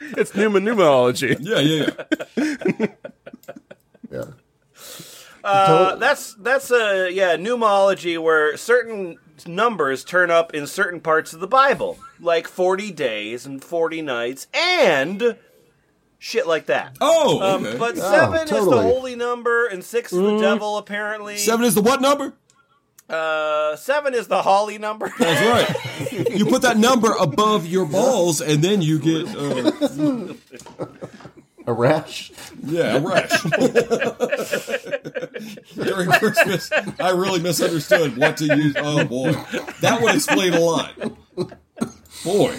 C: it's pneuma pneumology.
B: Yeah, yeah,
C: yeah.
E: yeah.
A: Uh, that's that's a yeah pneumology where certain numbers turn up in certain parts of the Bible, like forty days and forty nights and shit like that.
B: Oh,
A: Um,
B: okay.
A: but
B: Oh,
A: seven is the
B: totally.
A: holy number, and six is the
B: Mm.
G: Mm-hmm.
A: devil. Apparently,
B: Seven is the what number?
A: uh, seven is the holly number.
B: That's right. You put that number above your balls, and then you get uh,
E: A rash?
B: yeah, a rash. Merry Christmas. I really misunderstood what to use. Oh boy, that would explain a lot. Boy,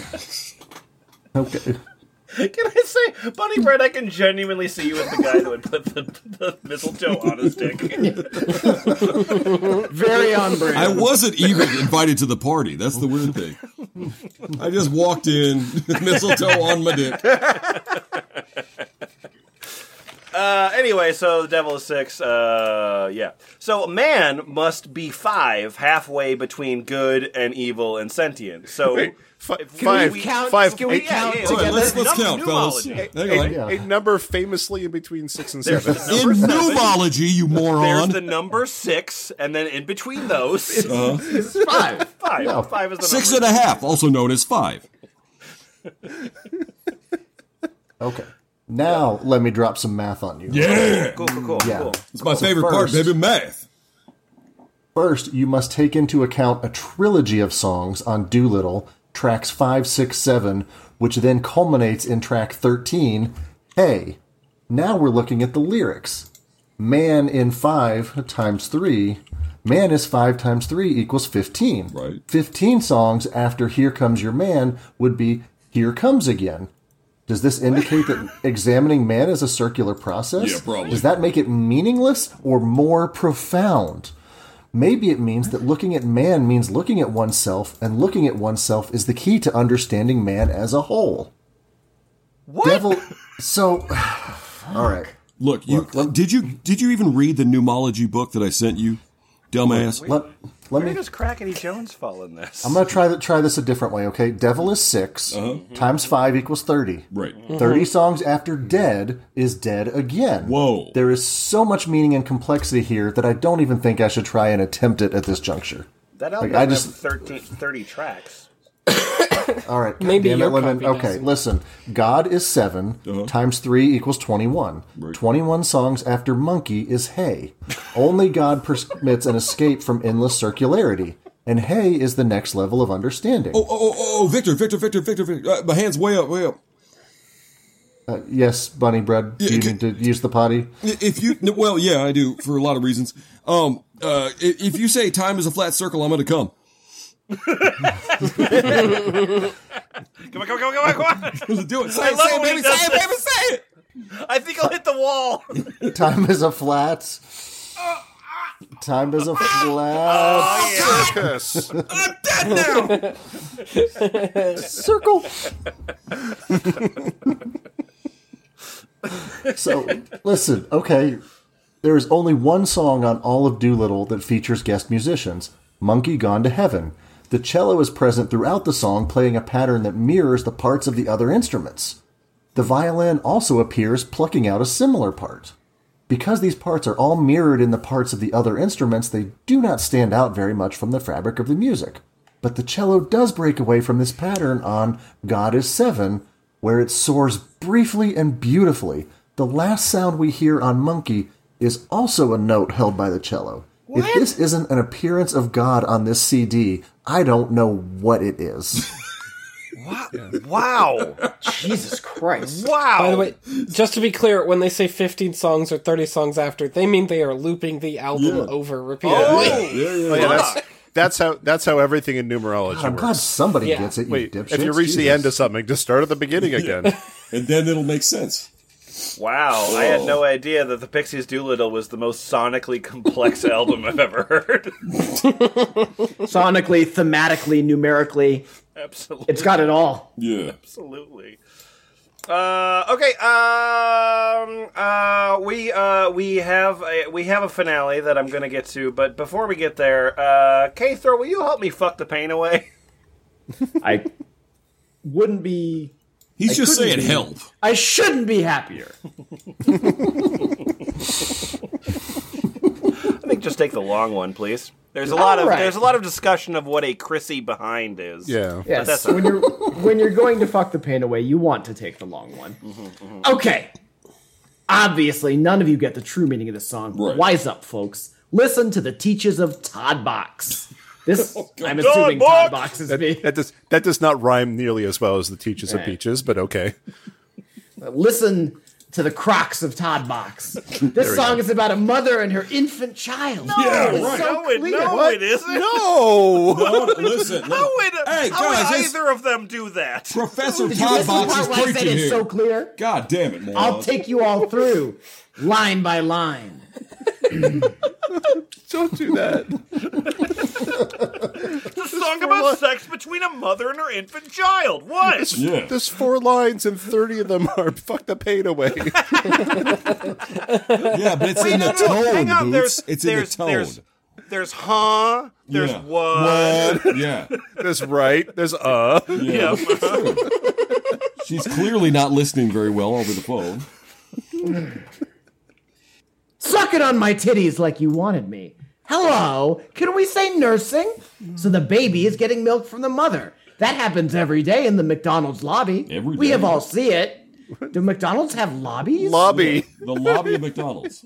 E: Okay.
A: Can I say, Bunny Bread? I can genuinely see you as the guy that would put the, the mistletoe on his dick.
J: Very on brand.
B: I wasn't even invited to the party. That's the weird thing. I just walked in, mistletoe on my dick.
A: Uh, anyway, so the devil is six. Uh, yeah. So man must be five, halfway between good and evil and sentient. So
C: Wait, fi-
A: if
C: five- five- eight-
B: All right, let's- let's count, fellas.
C: A,
B: Hang on.
C: a- a number famously in between six and
A: There's
C: seven.
A: the number In seven.
B: numerology, you
A: There's the number six, and then in between those,
B: Uh-huh.
A: it's five. Five. Five is the
B: Six and
A: number.
B: a half, also known as five.
E: Okay. Now let me drop some math on you.
B: Yeah.
A: Cool, cool, cool.
E: Yeah.
A: cool.
B: It's my favorite part,
E: first-
B: baby. Math.
E: First, you must take into account a trilogy of songs on Doolittle, tracks 5, 6, 7, which then culminates in track 13, Hey. Now we're looking at the lyrics. Man in 5 times 3. Man is 5 times 3 equals 15. Right. 15 songs after Here Comes Your Man would be Here Comes Again. Does this indicate that examining man is a circular process?
B: Yeah, probably.
E: Does that make it meaningless or more profound? Maybe it means that looking at man means looking at oneself, and looking at oneself is the key to understanding man as a whole.
A: What?
E: Devil. So, all right.
B: Look, you did you did you even read the pneumology book that I sent you, dumbass?
E: Let, let
A: Where
E: me.
A: does Crackety Jones fall in this?
E: I'm gonna try th- try this a different way. Okay, devil is 6 times five equals thirty.
B: Uh-huh. Right.
A: Mm-hmm.
E: Thirty songs after dead is dead again.
B: Whoa.
E: There is so much meaning and complexity here that I don't even think I should try and attempt it at this juncture.
A: That
E: Like,
A: album
E: I
A: has
E: just
A: 13, 30 tracks.
E: All right.
A: Maybe
E: Damn it,
A: your
E: women.
A: copy
E: Okay,
A: doesn't.
E: listen. God is 7
B: Uh-huh.
E: times three equals twenty-one. Twenty-one songs after monkey is hay. Only God permits an escape from endless circularity, and hay is the next level of understanding.
B: Oh, oh, oh, oh, Victor, Victor, Victor, Victor, Victor. Uh, my hand's way up, way up.
E: Uh, yes, bunny bread. Do you need to use the potty?
B: If you no, well, yeah, I do for a lot of reasons. Um, uh, i- if you say time is a flat circle, I'm going to come.
A: Come on, come on, come on, come on, come on.
B: Do it. Say
A: I
B: it,
A: love
B: say it,
A: when he
B: baby,
A: does
B: say it,
A: this.
B: baby, say it.
A: I think I'll hit the wall.
E: Time is a flat. Time is a
G: Oh,
E: flat.
C: Circus.
B: Oh, I'm dead
E: now. Circle. so listen, okay. There is only one song on all of Doolittle that features guest musicians Monkey Gone to Heaven. The cello is present throughout the song, playing a pattern that mirrors the parts of the other instruments. The violin also appears, plucking out a similar part. Because these parts are all mirrored in the parts of the other instruments, they do not stand out very much from the fabric of the music. But the cello does break away from this pattern on God is Seven, where it soars briefly and beautifully. The last sound we hear on Monkey is also a note held by the cello. If this isn't an appearance of God on this CD, I don't know what it is.
A: Wow.
D: Jesus Christ.
A: Wow.
D: By the way, just to be clear, when they say 15 songs or 30 songs after, they mean they are looping the album
A: Oh.
B: Yeah.
D: over repeatedly.
B: yeah,
C: Oh, yeah, that's That's how that's how everything in numerology
E: God, I'm
C: works.
E: glad somebody Yeah. gets it, you
C: Wait, if you
E: dipshits.
C: reach the
E: Jesus.
C: end of something, just start at the beginning again,
B: and then it'll make sense.
A: Wow, I had no idea that the Pixies Doolittle was the most sonically complex album I've ever heard.
J: Sonically, thematically, numerically.
A: Absolutely.
J: It's got it all.
B: Yeah.
A: Absolutely. Uh, okay. Um. Uh. We. Uh. We have. A, we have a finale that I'm gonna get to, but before we get there, uh, K-Throw, will you help me fuck the pain away?
J: I wouldn't be.
B: He's
J: I
B: just
J: couldn't
B: saying
J: be-
B: help.
J: I shouldn't be happier.
A: I think just take the long one, please. There's a lot of
K: Alright.
A: there's a lot of discussion of what a Chrissy behind is. But
K: Yes.
A: that's
K: When you're
J: when you're going to fuck the pain away, you want to take the long one.
A: Mm-hmm,
J: Okay. Obviously, none of you get the true meaning of this song.
B: Right.
J: Wise up, folks. Listen to the teachers of Todd Box. This,
B: Oh,
C: Oh,
J: I'm assuming Todd Box is
C: that, that does that does not rhyme nearly as well as the teaches of
J: Right.
C: peaches, but okay.
J: Listen to the crocs of Todd Box.
C: There we
J: This song is about a mother and her infant child.
B: Yeah,
J: It's
B: right.
J: so
B: No, it-
J: clear.
B: no,
J: What?
B: it isn't.
C: No.
B: No, listen.
A: How would,
B: Hey,
A: how would
B: guys, this-
A: either of them do that?
B: Professor
J: Did you
B: Todd
J: listen to the
B: Box is
J: part where I said
B: preaching
J: it's
B: here.
J: so clear?
B: God damn it, man.
J: I'll take you all through, line by line.
C: Don't do that.
A: It's a song about sex between a mother and her infant child. What?
C: There's, there's four lines and thirty of them are fuck the pain away.
B: yeah, but it's in the tone,
A: Hang on, there's
B: Boots. It's in the
A: there's
B: tone.
A: there's there's huh, there's
B: Yeah.
A: what.
B: Yeah.
C: There's right. There's uh.
B: Yeah. She's clearly not listening very well over the phone.
J: Suck it on my titties like you wanted me. Hello, can we say nursing? So the baby is getting milk from the mother. That happens every day in the McDonald's lobby.
B: Every
J: we
B: day?
J: have all see it. Do McDonald's have lobbies?
C: Lobby.
B: The lobby of McDonald's.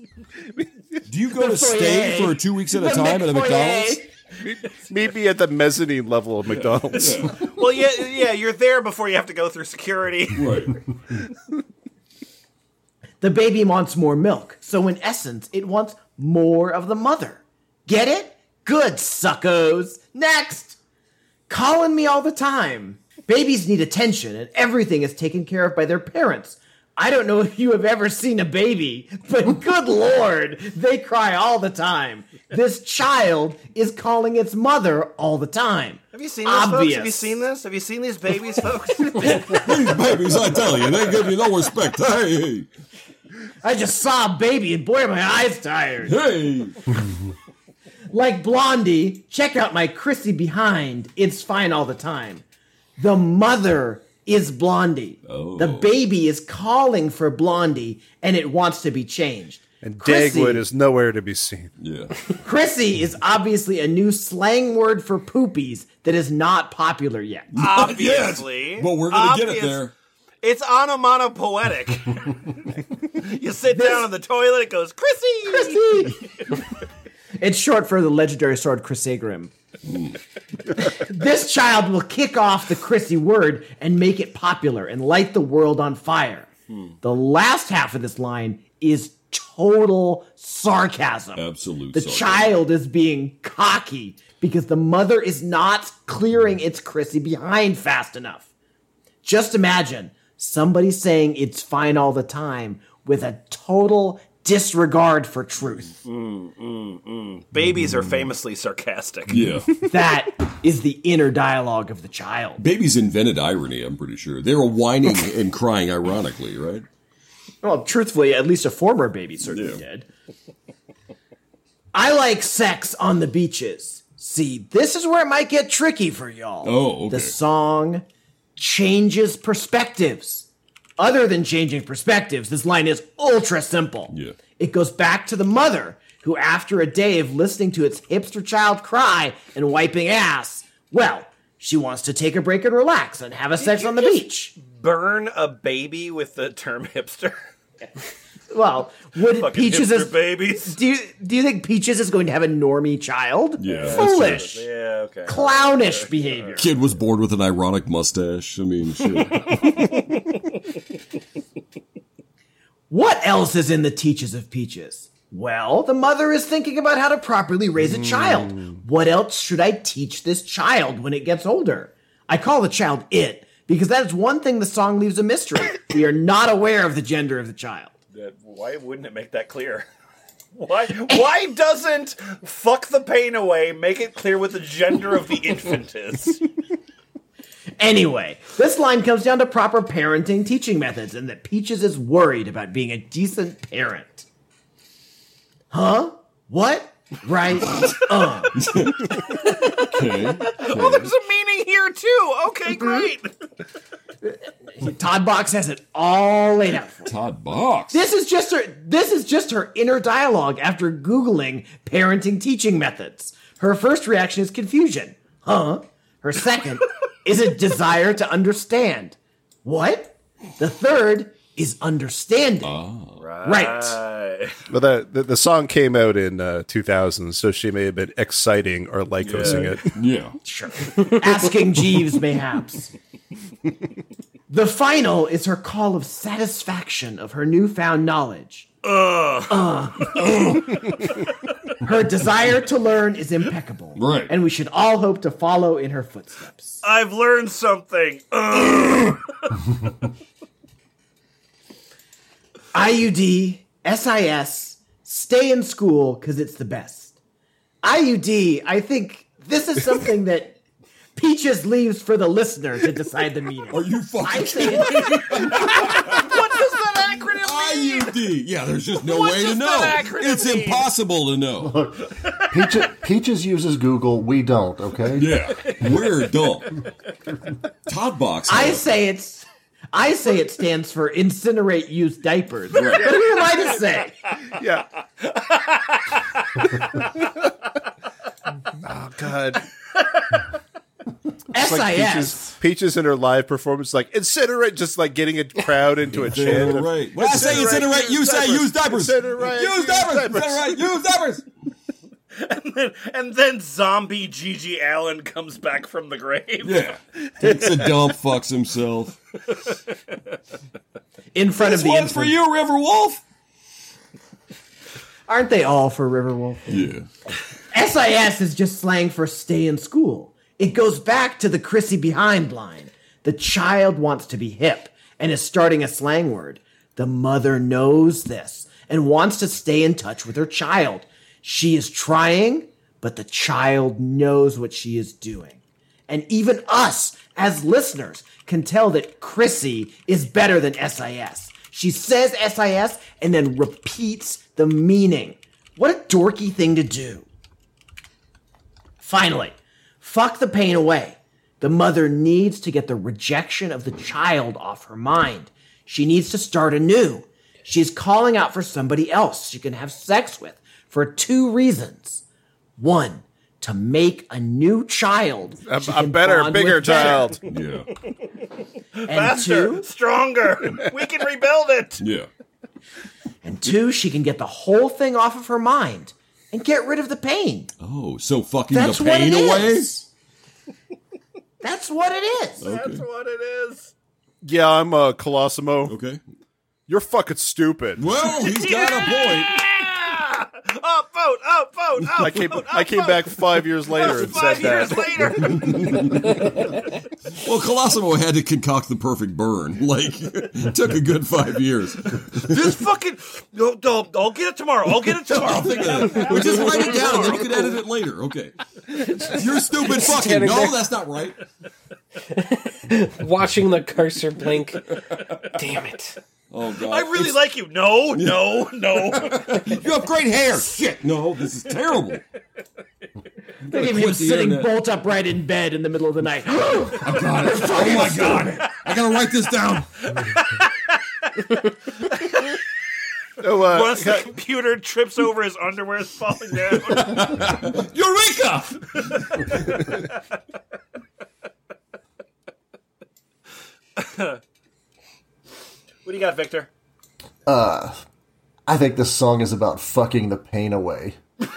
B: Do you go to stay
J: foyer.
B: for two weeks at a
J: The
B: time at a
J: McFoyer.
B: McDonald's?
C: Meet me at the mezzanine level of McDonald's.
A: well, yeah, yeah, you're there before you have to go through security.
B: Right.
J: The baby wants more milk, so in essence, it wants more of the mother. Get it? Good, suckos. Next! Calling me all the time. Babies need attention, and everything is taken care of by their parents. I don't know if you have ever seen a baby, but good lord, they cry all the time. This child is calling its mother all the time.
A: Have you seen this, folks? Have you seen this? Have you seen these babies, folks?
B: These babies, I tell you, they give you no respect. Hey,
J: I just saw a baby, and boy, are my eyes tired.
B: hey.
J: Like Blondie, check out my Chrissy behind. It's fine all the time. The mother is Blondie. The baby is calling for Blondie, and it wants to be changed.
C: And
J: Chrissy.
C: Dagwood is nowhere to be seen.
B: Yeah.
J: Chrissy is obviously a new slang word for poopies that is not popular yet.
A: Obviously.
B: But we're gonna get it
A: Obvious-
B: there.
A: It's onomatopoetic. you sit down on the toilet, it goes, Chrissy!
J: Chrissy! It's short for the legendary sword Chrysagrim. this child will kick off the Chrissy word and make it popular and light the world on fire. The last half of this line is total sarcasm.
B: Absolute.
J: The
B: sarcasm.
J: child is being cocky because the mother is not clearing its Chrissy behind fast enough. Just imagine somebody saying it's fine all the time with a total disregard for truth.
A: Mm, mm, mm. Babies are famously sarcastic.
B: Yeah.
J: that is the inner dialogue of the child.
B: Babies invented irony, I'm pretty sure. They were whining and crying ironically, right?
J: Well, truthfully, at least a former baby certainly did. I like sex on the beaches. See, this is where it might get tricky for y'all.
B: Oh, okay.
J: The song changes perspectives. Other than changing perspectives, this line is ultra simple.
B: Yeah.
J: It goes back to the mother, who, after a day of listening to its hipster child cry and wiping ass, well, she wants to take a break and relax and have a sex on the beach.
A: Burn a baby with the term hipster.
J: Well, would
A: Fucking
J: Peaches
A: hipster
J: is
A: babies?
J: Do you do you think Peaches is going to have a normie child?
B: Yeah,
J: foolish,
A: Yeah, okay.
J: clownish behavior.
B: Kid was born with an ironic mustache. I mean, shit.
J: What else is in the teaches of Peaches? Well, the mother is thinking about how to properly raise
A: Hmm.
J: a child. What else should I teach this child when it gets older? I call the child it because that is one thing the song leaves a mystery. we are not aware of the gender of the child.
A: That- Why wouldn't it make that clear? Why? Why doesn't fuck the pain away? Make it clear what the gender of the infant is.
J: Anyway, this line comes down to proper parenting teaching methods and that Peaches is worried about being a decent parent. Huh? What? Right. uh.
G: Oh, there's a meaning here too. Okay, great.
J: Todd Box has it all laid out.
B: Todd Box.
J: This is just her. This is just her inner dialogue after googling parenting teaching methods. Her first reaction is confusion. Huh? Her second is a desire to understand. What? The third is understanding.
B: Oh. Uh,
J: Right.
C: Well, the, the the song came out in uh, 2000, so she may have been exciting or like hosting it.
B: Yeah,
J: sure. Asking Jeeves, mayhaps. The final is her call of satisfaction of her newfound knowledge.
G: Ugh.
J: Her desire to learn is impeccable.
B: Right.
J: And we should all hope to follow in her footsteps.
A: I've learned something.
J: IUD, SIS, stay in school because it's the best. IUD, I think this is something that Peaches leaves for the listener to decide the meaning. Are
B: you fucking
G: what does that acronym mean?
B: IUD. Yeah, there's just no
G: What
B: way to
G: does
B: know.
G: that acronym
B: It's
G: mean?
B: impossible to know.
E: Peaches, Peaches uses Google. We don't. Okay.
B: Yeah, we're dumb. Todd Box.
J: I say it's. I say it stands for incinerate used diapers.
B: Right.
J: What am I to say?
C: Yeah. Oh God. It's like Peaches, Peaches in her live performance, like incinerate, just like getting a crowd into a chant. of,
B: Right. When I say incinerate, you say use diapers.
C: Incinerate,
B: Use diapers. Incinerate, use diapers.
A: and, then, and then zombie Gigi Allen comes back from the grave.
B: Yeah. Takes a dump, fucks himself.
J: In front
B: This
J: of the
B: one's for
J: infant.
B: you, River Wolf.
J: Aren't they all for Riverwolf?
B: Yeah.
J: SIS is just slang for stay in school. It goes back to the Chrissy behind line. The child wants to be hip and is starting a slang word. The mother knows this and wants to stay in touch with her child. She is trying, but the child knows what she is doing. And even us, as listeners, can tell that Chrissy is better than SIS. She says SIS and then repeats the meaning. What a dorky thing to do. Finally, fuck the pain away. The mother needs to get the rejection of the child off her mind. She needs to start anew. She's calling out for somebody else she can have sex with for two reasons. One, to make a new child.
C: A,
J: she
C: a
J: can
C: better,
J: bond
C: bigger
J: with better.
C: child.
B: Yeah.
A: Faster,
J: two?
A: stronger. We can rebuild it.
B: Yeah.
J: And two, she can get the whole thing off of her mind and get rid of the pain.
B: Oh, so fucking
J: That's
B: the
J: what
B: pain
J: it
B: away?
J: is. That's what it is.
B: Okay.
A: what it is.
C: Yeah, I'm a Colosimo.
B: Okay.
C: You're fucking stupid.
B: Well, he's got a point.
A: Oh, vote! Oh, vote! Oh,
C: I came, I came back five years later and said
A: five years
C: that.
A: later.
B: Well, Colosimo had to concoct the perfect burn. Like, it took a good five years.
A: this fucking. No, no, I'll get it tomorrow. I'll get it tomorrow.
B: Think of it. Well, just write it down and then you can edit it later. Okay. You're stupid fucking.
D: standing
B: No,
D: there.
B: that's not right.
D: Watching the cursor blink. Damn it.
B: Oh, God.
A: I really like you. No, no, no.
B: You have great hair. Shit. No, this is terrible.
J: Look at him
B: Quit the
J: sitting
B: internet.
J: bolt upright in bed in the middle of the night.
B: I've got it. Oh my god. I gotta write this down.
C: Oh, uh,
A: Once the computer trips over, his underwear is falling down.
B: Eureka!
A: What do you got, Victor?
E: Uh, I think this song is about fucking the pain away.
B: Ah.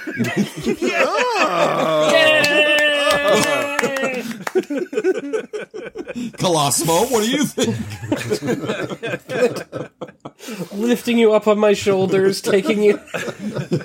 B: Colosimo, what do you think?
D: lifting you up on my shoulders, taking you,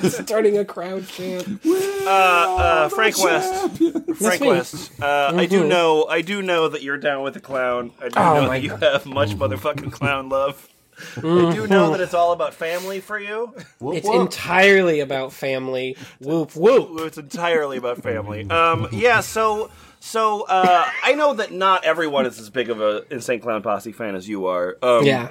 D: starting a crowd chant.
A: Uh, uh, Frank West. Frank
D: me.
A: West. Uh, I do
D: Mhm.
A: know. I do know that you're down with the clown. I do
D: Oh
A: know
D: my
A: that you have much motherfucking clown love. I do
D: Mhm.
A: know that it's all about family for you.
D: it's entirely about family. Whoop whoop.
A: It's entirely about family. Um, yeah. So, so uh, I know that not everyone is as big of a insane clown posse fan as you are. Um,
D: Yeah.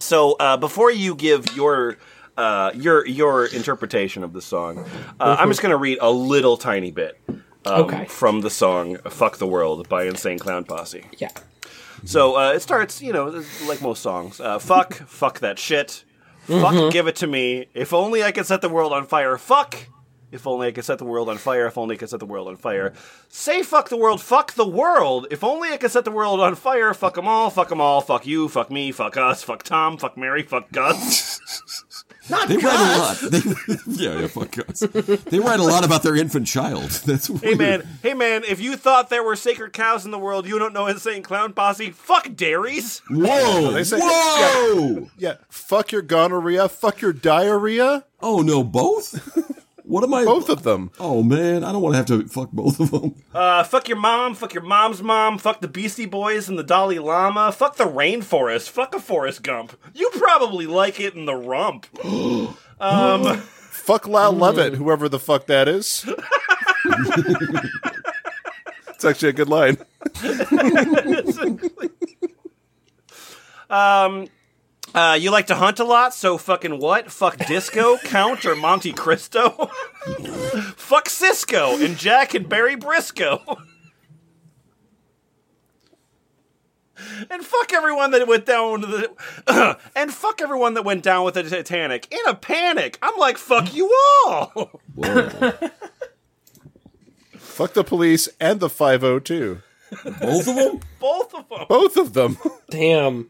A: So uh, before you give your uh, your your interpretation of the song, uh, I'm just going to read a little tiny bit um,
D: Okay.
A: from the song "Fuck the World" by Insane Clown Posse.
D: Yeah.
A: So uh, it starts, you know, like most songs. Uh, fuck, fuck that shit. Fuck,
D: Mhm.
A: give it to me. If only I could set the world on fire. Fuck. If only I could set the world on fire. If only I could set the world on fire. Say fuck the world. Fuck the world. If only I could set the world on fire. Fuck them all. Fuck them all. Fuck you. Fuck me. Fuck us. Fuck Tom. Fuck Mary. Fuck Gus. Oh
B: Not they write a lot. They, yeah, yeah, fuck us. They write a lot about their infant child. That's weird.
A: Hey man, hey man, if you thought there were sacred cows in the world, you don't know insane clown posse. Fuck dairies.
B: Whoa!
C: They say-
B: Whoa! Yeah,
C: yeah, fuck your gonorrhea, fuck your diarrhea.
B: Oh no, both? What am I?
C: Both of them.
B: Oh man, I don't want to have to fuck both of them.
A: Uh, fuck your mom, fuck your mom's mom, fuck the Beastie Boys and the Dalai Lama, fuck the rainforest, fuck a Forrest Gump. You probably like it in the rump. Um,
C: fuck Lyle Lovett, whoever the fuck that is. it's actually a good line.
A: um, uh, you like to hunt a lot, so fucking what? Fuck Disco, Count, or Monte Cristo? fuck Cisco and Jack and Barry Briscoe. And fuck everyone that went down to the, and fuck everyone that went down with the Titanic in a panic. I'm like, fuck you all.
C: fuck the police and the 502.
B: Both of them?
A: Both of them.
C: Both of them.
D: Damn.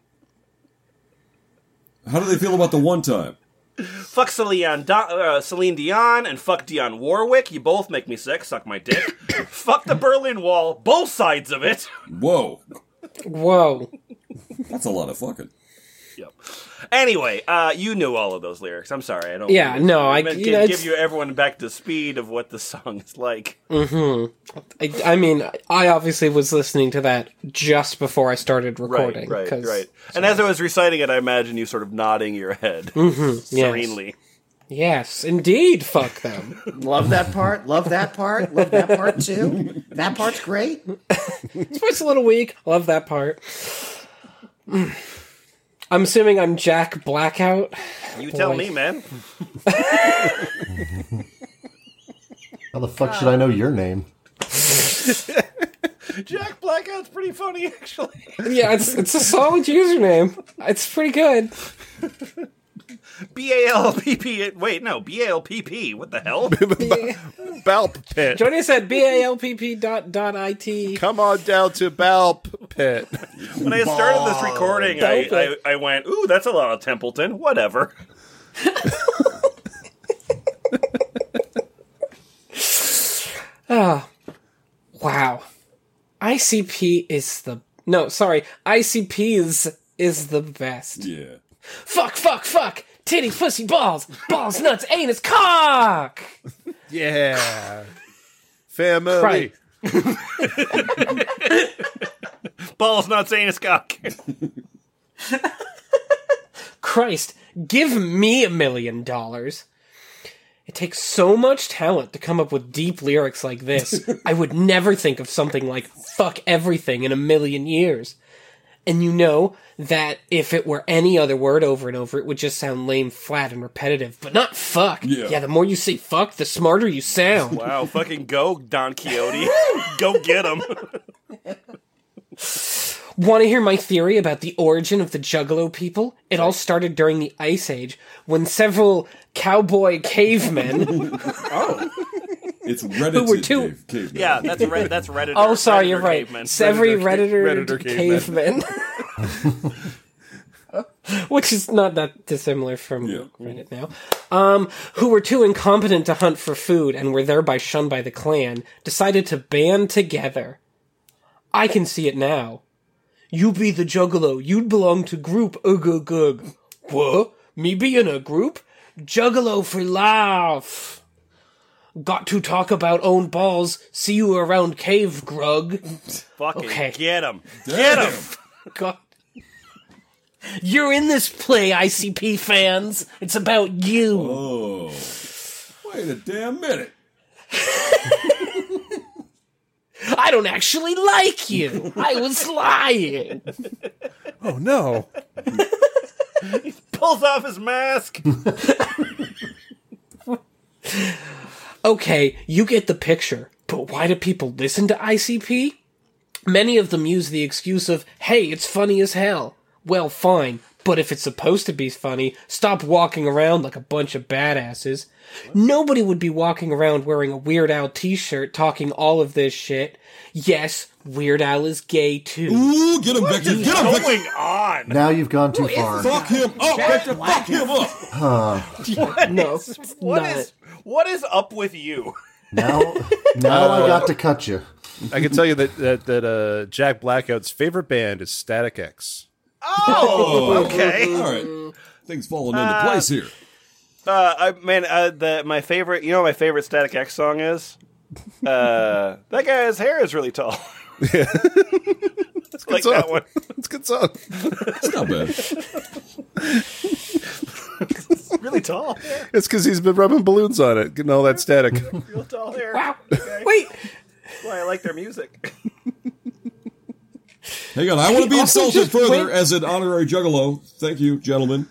B: How do they feel about the one time?
A: Fuck Celine, Di- uh, Celine Dion and fuck Dion Warwick. You both make me sick. Suck my dick. fuck the Berlin Wall. Both sides of it.
B: Whoa,
D: Whoa.
B: that's a lot of fucking.
A: Anyway, uh, you knew all of those lyrics. I'm sorry. I don't.
D: Yeah, no, I-
A: meant
D: you
A: give,
D: know,
A: give
D: it's-
A: you everyone back to speed of what the song is like.
D: hmm I, I mean, I obviously was listening to that just before I started recording.
A: Right,
D: 'cause-
A: right. And as I was reciting it, I imagine you sort of nodding your head
D: Mhm, yes.
A: serenely.
D: Yes, indeed. Fuck them.
J: Love that part. Love that part. Love that part too. That part's great.
D: This part's a little weak. Love that part. Mm. I'm assuming I'm Jack Blackout.
A: You tell me, man.
E: How the fuck should I know your name?
A: Jack Blackout's pretty funny, actually.
D: yeah, it's it's a solid username. It's pretty good.
A: B A L P P. Wait, no, B A L P P. What the hell?
C: Balp pit.
D: Johnny said B A L P P dot dot I T.
C: Come on down to Balp pit.
A: When I started this recording, I, I, I went, ooh, that's a lot of Templeton. Whatever.
D: Ah, wow. ICP is the no, sorry, ICPs is the best.
B: Yeah.
D: Fuck, fuck, fuck. Titty, pussy, balls, balls, nuts, anus, cock.
C: Yeah. Family.
D: Right.
A: Balls not saying it's cock.
D: Christ, give me a million dollars. It takes so much talent to come up with deep lyrics like this. I would never think of something like fuck everything in a million years. And you know that if it were any other word over and over, it would just sound lame, flat, and repetitive, but not fuck.
A: Yeah.
D: the more you say fuck, the smarter you sound.
A: Wow, fucking go, Don Quixote. go get him.
D: Want to hear my theory about the origin of the Juggalo people? It all started during the Ice Age when several cowboy cavemen.
B: It's Reddit.
D: Who were two-
B: Cave, caveman.
A: Yeah, that's Red, that's Redditor.
D: oh, sorry, you're
A: Redditor
D: right.
A: caveman.
D: Several Redditor,
A: Redditor
D: Redditor
A: caveman.
D: cavemen. Which is not that dissimilar from Reddit now. Um, who were too incompetent to hunt for food and were thereby shunned by the clan, decided to band together. I can see it now. You be the juggalo. You'd belong to group Ugug Gug. Whoa, me be in a group? Juggalo for laugh. Got to talk about own balls. See you around cave, grug.
A: Fucking
D: Okay.
A: get him. Get him.
D: God. You're in this play, ICP fans. It's about you.
B: Oh. Wait a damn minute.
D: I don't actually like you. I was lying.
C: Oh no.
A: Pulls off his mask.
D: Okay, you get the picture, but why do people listen to ICP? Many of them use the excuse of, hey, it's funny as hell. Well, fine, but if it's supposed to be funny, stop walking around like a bunch of badasses. Nobody would be walking around wearing a Weird Al t shirt talking all of this shit. Yes, Weird Al is gay too.
B: Ooh, get him, Victor, get him, Victor.
A: on?
E: Now you've gone too far.
B: Fuck him up, Victor. Fuck him up.
E: Huh.
A: What
D: No,
A: is- what
D: not.
A: is what is up with you?
E: now, now I
C: Uh,
E: got to cut you.
C: I can tell you that that, that uh, Jack Blackout's favorite band is Static X.
A: Oh, okay.
B: All right. Things falling into place here.
A: Uh, I, man, uh, the my favorite. You know, what my favorite Static X song is. Uh, that guy's hair is really tall. It's like
C: song.
A: that one.
C: It's a good song.
B: It's not bad.
A: really tall hair.
C: It's because he's been rubbing balloons on it, getting all that static.
A: Real tall hair.
D: Wow.
A: Okay.
D: Wait.
A: That's why I like their music.
B: Hang on, I want to be
D: He also
B: insulted
D: just
B: further
D: went-
B: as an honorary juggalo. Thank you, gentlemen.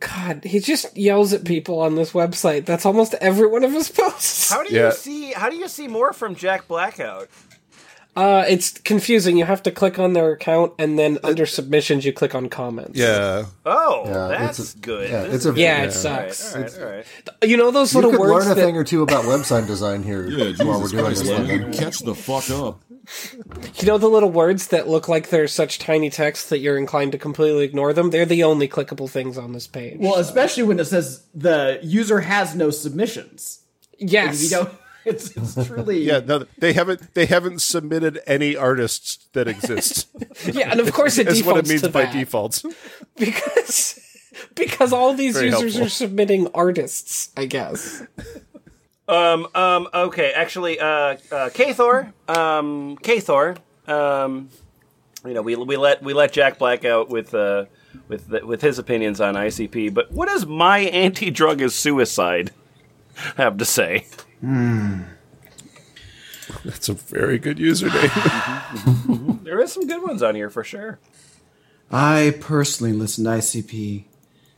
D: God, he just yells at people on this website. That's almost every one of his posts.
A: How do
C: Yeah.
A: you see? How do you see more from Jack Blackout?
D: Uh, it's confusing. You have to click on their account, and then under submissions, you click on comments.
C: Yeah.
A: Oh,
E: Yeah, it's
A: that's
E: a-
A: good.
E: yeah,
A: This
E: it's a-
A: is-
D: Yeah,
E: Yeah.
D: it sucks.
A: All right, all right.
D: You know those
E: You
D: little
E: could
D: words
E: learn a
D: that
E: thing or two about website design here
B: Yeah,
E: while we're
B: Jesus
E: doing
B: Christ,
E: this.
B: man,
E: one.
B: you catch the fuck up.
D: you know the little words that look like they're such tiny text that you're inclined to completely ignore them. They're the only clickable things on this page.
N: Well, especially when it says the user has no submissions. Like,
D: yes,
N: if you don't, it's, it's truly.
C: Yeah, no, they haven't they haven't submitted any artists that exist.
D: yeah, and of course it
C: That's
D: defaults
C: what it means
D: to
C: by
D: that
C: default.
D: because because all these
C: Very
D: users
C: helpful.
D: are submitting artists. I guess.
A: Um, um, okay, actually, uh, uh, Kathor, um, Kathor, um, you know, we, we let we let Jack Black out with uh, with the, with his opinions on ICP, but what does my anti-drug is suicide have to say?
B: Hmm.
C: That's a very good username.
A: There is some good ones on here for sure.
N: I personally listen to ICP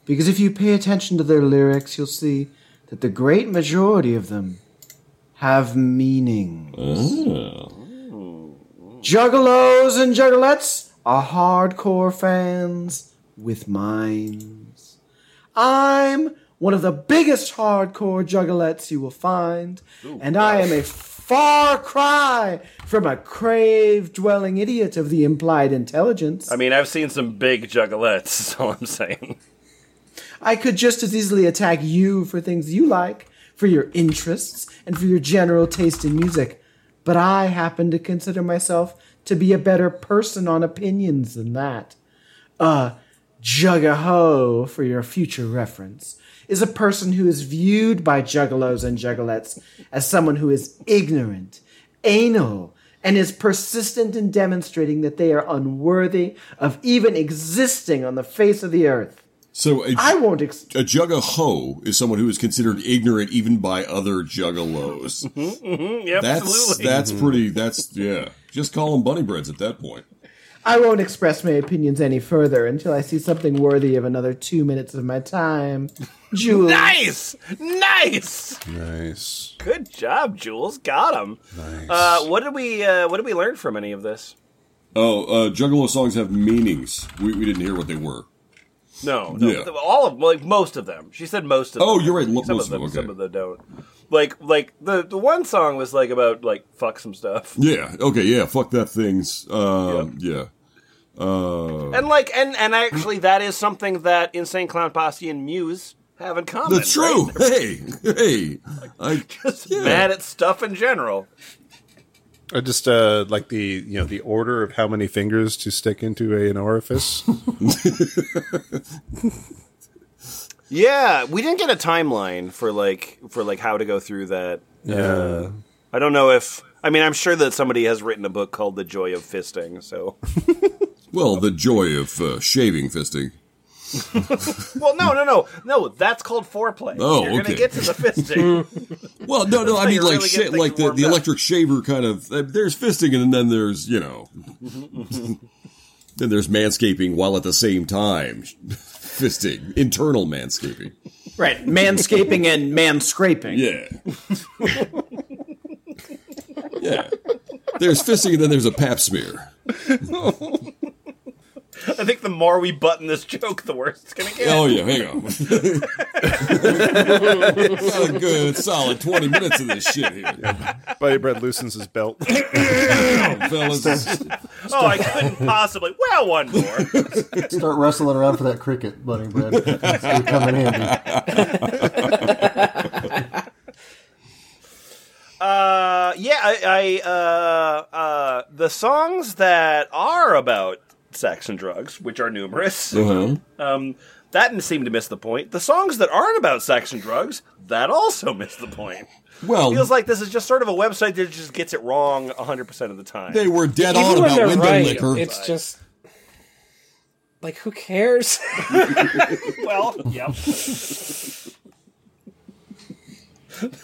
N: because if you pay attention to their lyrics, you'll see that the great majority of them have meaning. Juggalos and juggalettes are hardcore fans with minds. I'm one of the biggest hardcore juggalettes you will find, and I am a far cry from a crave dwelling idiot of the implied intelligence.
A: I mean, I've seen some big juggalettes, is all I'm saying.
N: I could just as easily attack you for things you like, for your interests, and for your general taste in music. But I happen to consider myself to be a better person on opinions than that. Uh, Juggaho, for your future reference, is a person who is viewed by juggalos and juggalettes as someone who is ignorant, anal, and is persistent in demonstrating that they are unworthy of even existing on the face of the earth.
B: So a,
N: I won't ex-
B: a juggaho is someone who is considered ignorant even by other juggalos.
A: Mm-hmm. Yep,
B: that's
A: absolutely.
B: that's
N: Mm-hmm.
B: pretty. That's yeah. Just call them bunny breads at that point.
N: I won't express my opinions any further until I see something worthy of another two minutes of my time. Jules.
A: Nice, nice.
C: nice.
A: Good job, Jules. Got him. Uh, what did we uh, What did we learn from any of this?
B: Oh, uh, juggalo songs have meanings. We, we didn't hear what they were.
A: No, no.
B: Yeah.
A: all of like most of them. She said most of them.
B: Oh, you're right, lo-
A: Some
B: most
A: of them,
B: of them, okay.
A: some of them don't. Like, like the the one song was like about like fuck some stuff,
B: Yeah. Okay. Yeah. Fuck that things. Um, Yeah. Uh,
A: and like, and and actually, that is something that Insane Clown Posse and Muse have in common.
B: that's true.
A: right?
B: Hey. Hey. I
A: Just mad at stuff in general.
C: I just uh, like the you know the order of how many fingers to stick into a, an orifice.
A: Yeah, we didn't get a timeline for like for like how to go through that.
C: Yeah.
A: I don't know if I mean I'm sure that somebody has written a book called The Joy of Fisting. So
B: Well, the joy of uh, shaving fisting.
A: well, no, no, no, no. That's called foreplay.
B: Oh,
A: You're
B: okay.
A: gonna get to the fisting.
B: Well, no, no.
A: That's how
B: I mean,
A: you
B: like
A: really
B: sha-
A: get things
B: like the,
A: warmed
B: the
A: up.
B: electric shaver kind of. uh, There's fisting, and then there's you know, then there's manscaping while at the same time fisting, internal manscaping.
J: Right, manscaping and manscraping.
B: Yeah. Yeah. There's fisting, and then there's a pap smear.
A: I think the more we button this joke, the worse it's gonna get.
B: Oh yeah, hang on. Got a good solid twenty minutes of this shit here.
C: Buddy Bread loosens his belt.
B: fellas.
A: Oh, I couldn't possibly. Well, one more.
E: Start wrestling around for that cricket, Bunny Bread. It's gonna come in handy.
A: Uh, yeah, I, I uh, uh, the songs that are about sex and drugs, which are numerous,
B: Uh-huh.
A: um, that didn't seem to miss the point. The songs that aren't about sex and drugs, that also miss the point.
B: Well-
A: feels like this is just sort of a website that just gets it wrong 100% of the time.
B: They were dead
A: Even
B: on
A: when
B: about
A: they're
B: window
A: right,
B: liquor.
A: it's
D: just like who cares?
A: well, yep.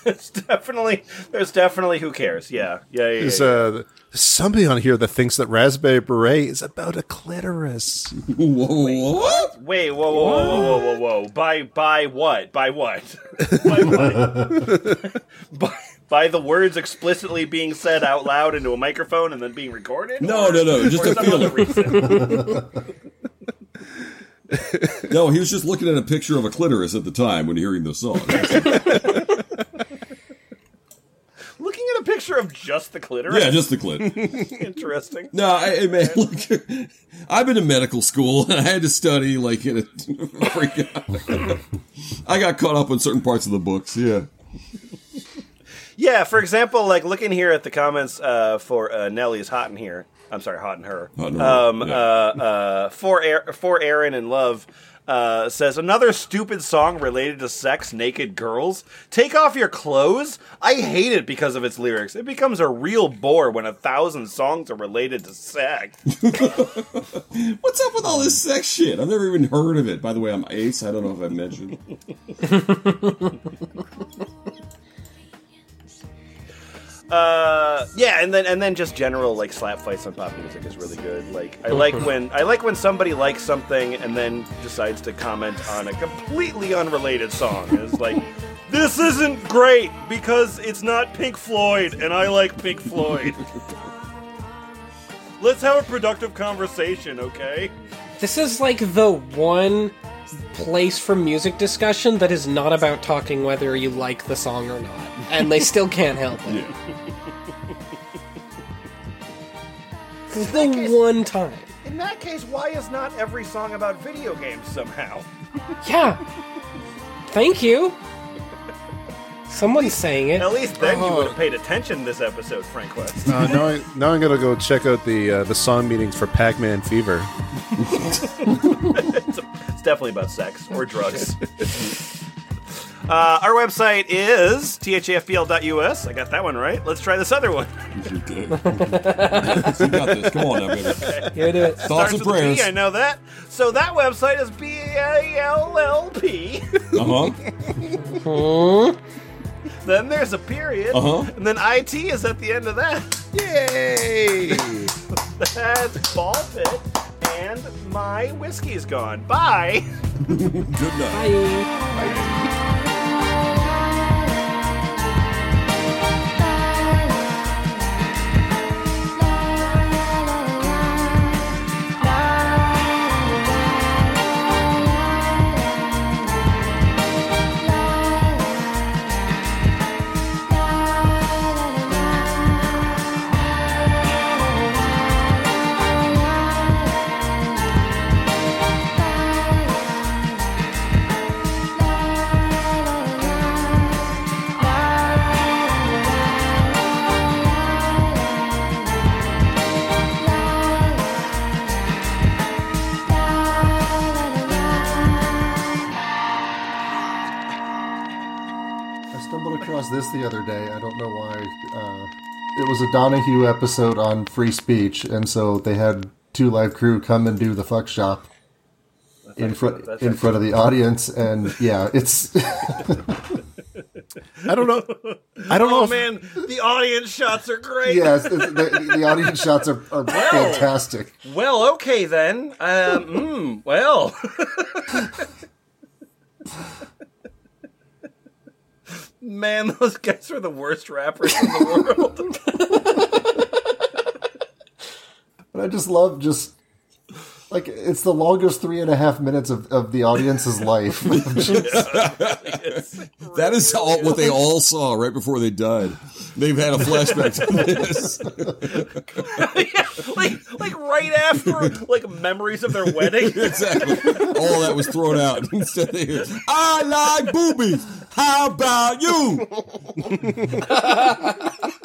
A: there's definitely, there's definitely who cares. Yeah, yeah, yeah. yeah,
C: There's
A: yeah.
C: uh, somebody on here that thinks that Raspberry Beret is about a clitoris.
A: Wait, whoa, whoa, whoa, whoa, whoa, whoa, whoa! By by what? By what? by what? by, by the words explicitly being said out loud into a microphone and then being recorded?
B: No, no, no, just
A: or
B: a
A: some
B: feeling.
A: other reason?
B: No, he was just looking at a picture of a clitoris at the time when hearing the song.
A: Looking at a picture of just the clitoris.
B: Yeah, just the clit.
A: Interesting.
B: No, I, I man, look, I've been to medical school and I had to study like in a freak out. I got caught up on certain parts of the books. Yeah,
A: Yeah, for example, like looking here at the comments uh, for uh, Nelly's hot in here. I'm sorry, hot in her.
B: Hot in Her,
A: um,
B: yeah.
A: uh, uh, for Aar- for Aaron and love. Uh, says another stupid song related to sex, naked girls. Take off your clothes. I hate it because of its lyrics. It becomes a real bore when a thousand songs are related to sex.
B: what's up with all this sex shit? I've never even heard of it. By the way, I'm ace. I don't know if I mentioned.
A: Uh, yeah, and then and then just general like slap fights on pop music is really good. Like I like when I like when somebody likes something and then decides to comment on a completely unrelated song. It's like this isn't great because it's not Pink Floyd and I like Pink Floyd. Let's have a productive conversation, okay?
D: This is like the one place for music discussion that is not about talking whether you like the song or not, and they still can't help it. This is the one time.
A: In that case, why is not every song about video games somehow?
D: Yeah. Thank you. Someone's saying it. Oh.
A: At least then you would have paid attention this episode, Frank West.
C: Uh, now, I, now I'm gonna go check out the uh, the song meetings for Pac-Man Fever.
A: it's, it's definitely about sex or drugs. Uh, our website is thafbl.us. I got that one right. Let's try this other one.
B: you
D: Oh.
B: got this. Come on now, baby.
D: You do it.
B: Thoughts
A: Starts
B: and
A: with a
B: prayers.
A: P, I know that. So that website is B A L L P.
B: Uh huh.
A: Then there's a period.
B: Uh-huh.
A: And then IT is at the end of that. Yay! That's Ball Pit. And my whiskey's gone. Bye.
B: Good night.
G: Bye.
E: across this the other day. I don't know why. Uh, it was a Donahue episode on free speech, and so they had Two Live Crew come and do the fuck shop in front
A: that's
E: in front of the audience, and yeah, it's. I don't know. I don't know
A: Oh
E: if-
A: man, the audience shots are great.
E: yes, it's, the, the audience shots are, are fantastic.
A: Well, okay then. Uh, mm, well. Man, those guys are the worst rappers in the world.
E: But I just love just like it's the longest three and a half minutes of, of the audience's life.
B: that is all, what they all saw right before they died. They've had a flashback to this.
A: like, like right after, like memories of their wedding.
B: exactly. All that was thrown out. Instead, they hear, I like boobies. How about you?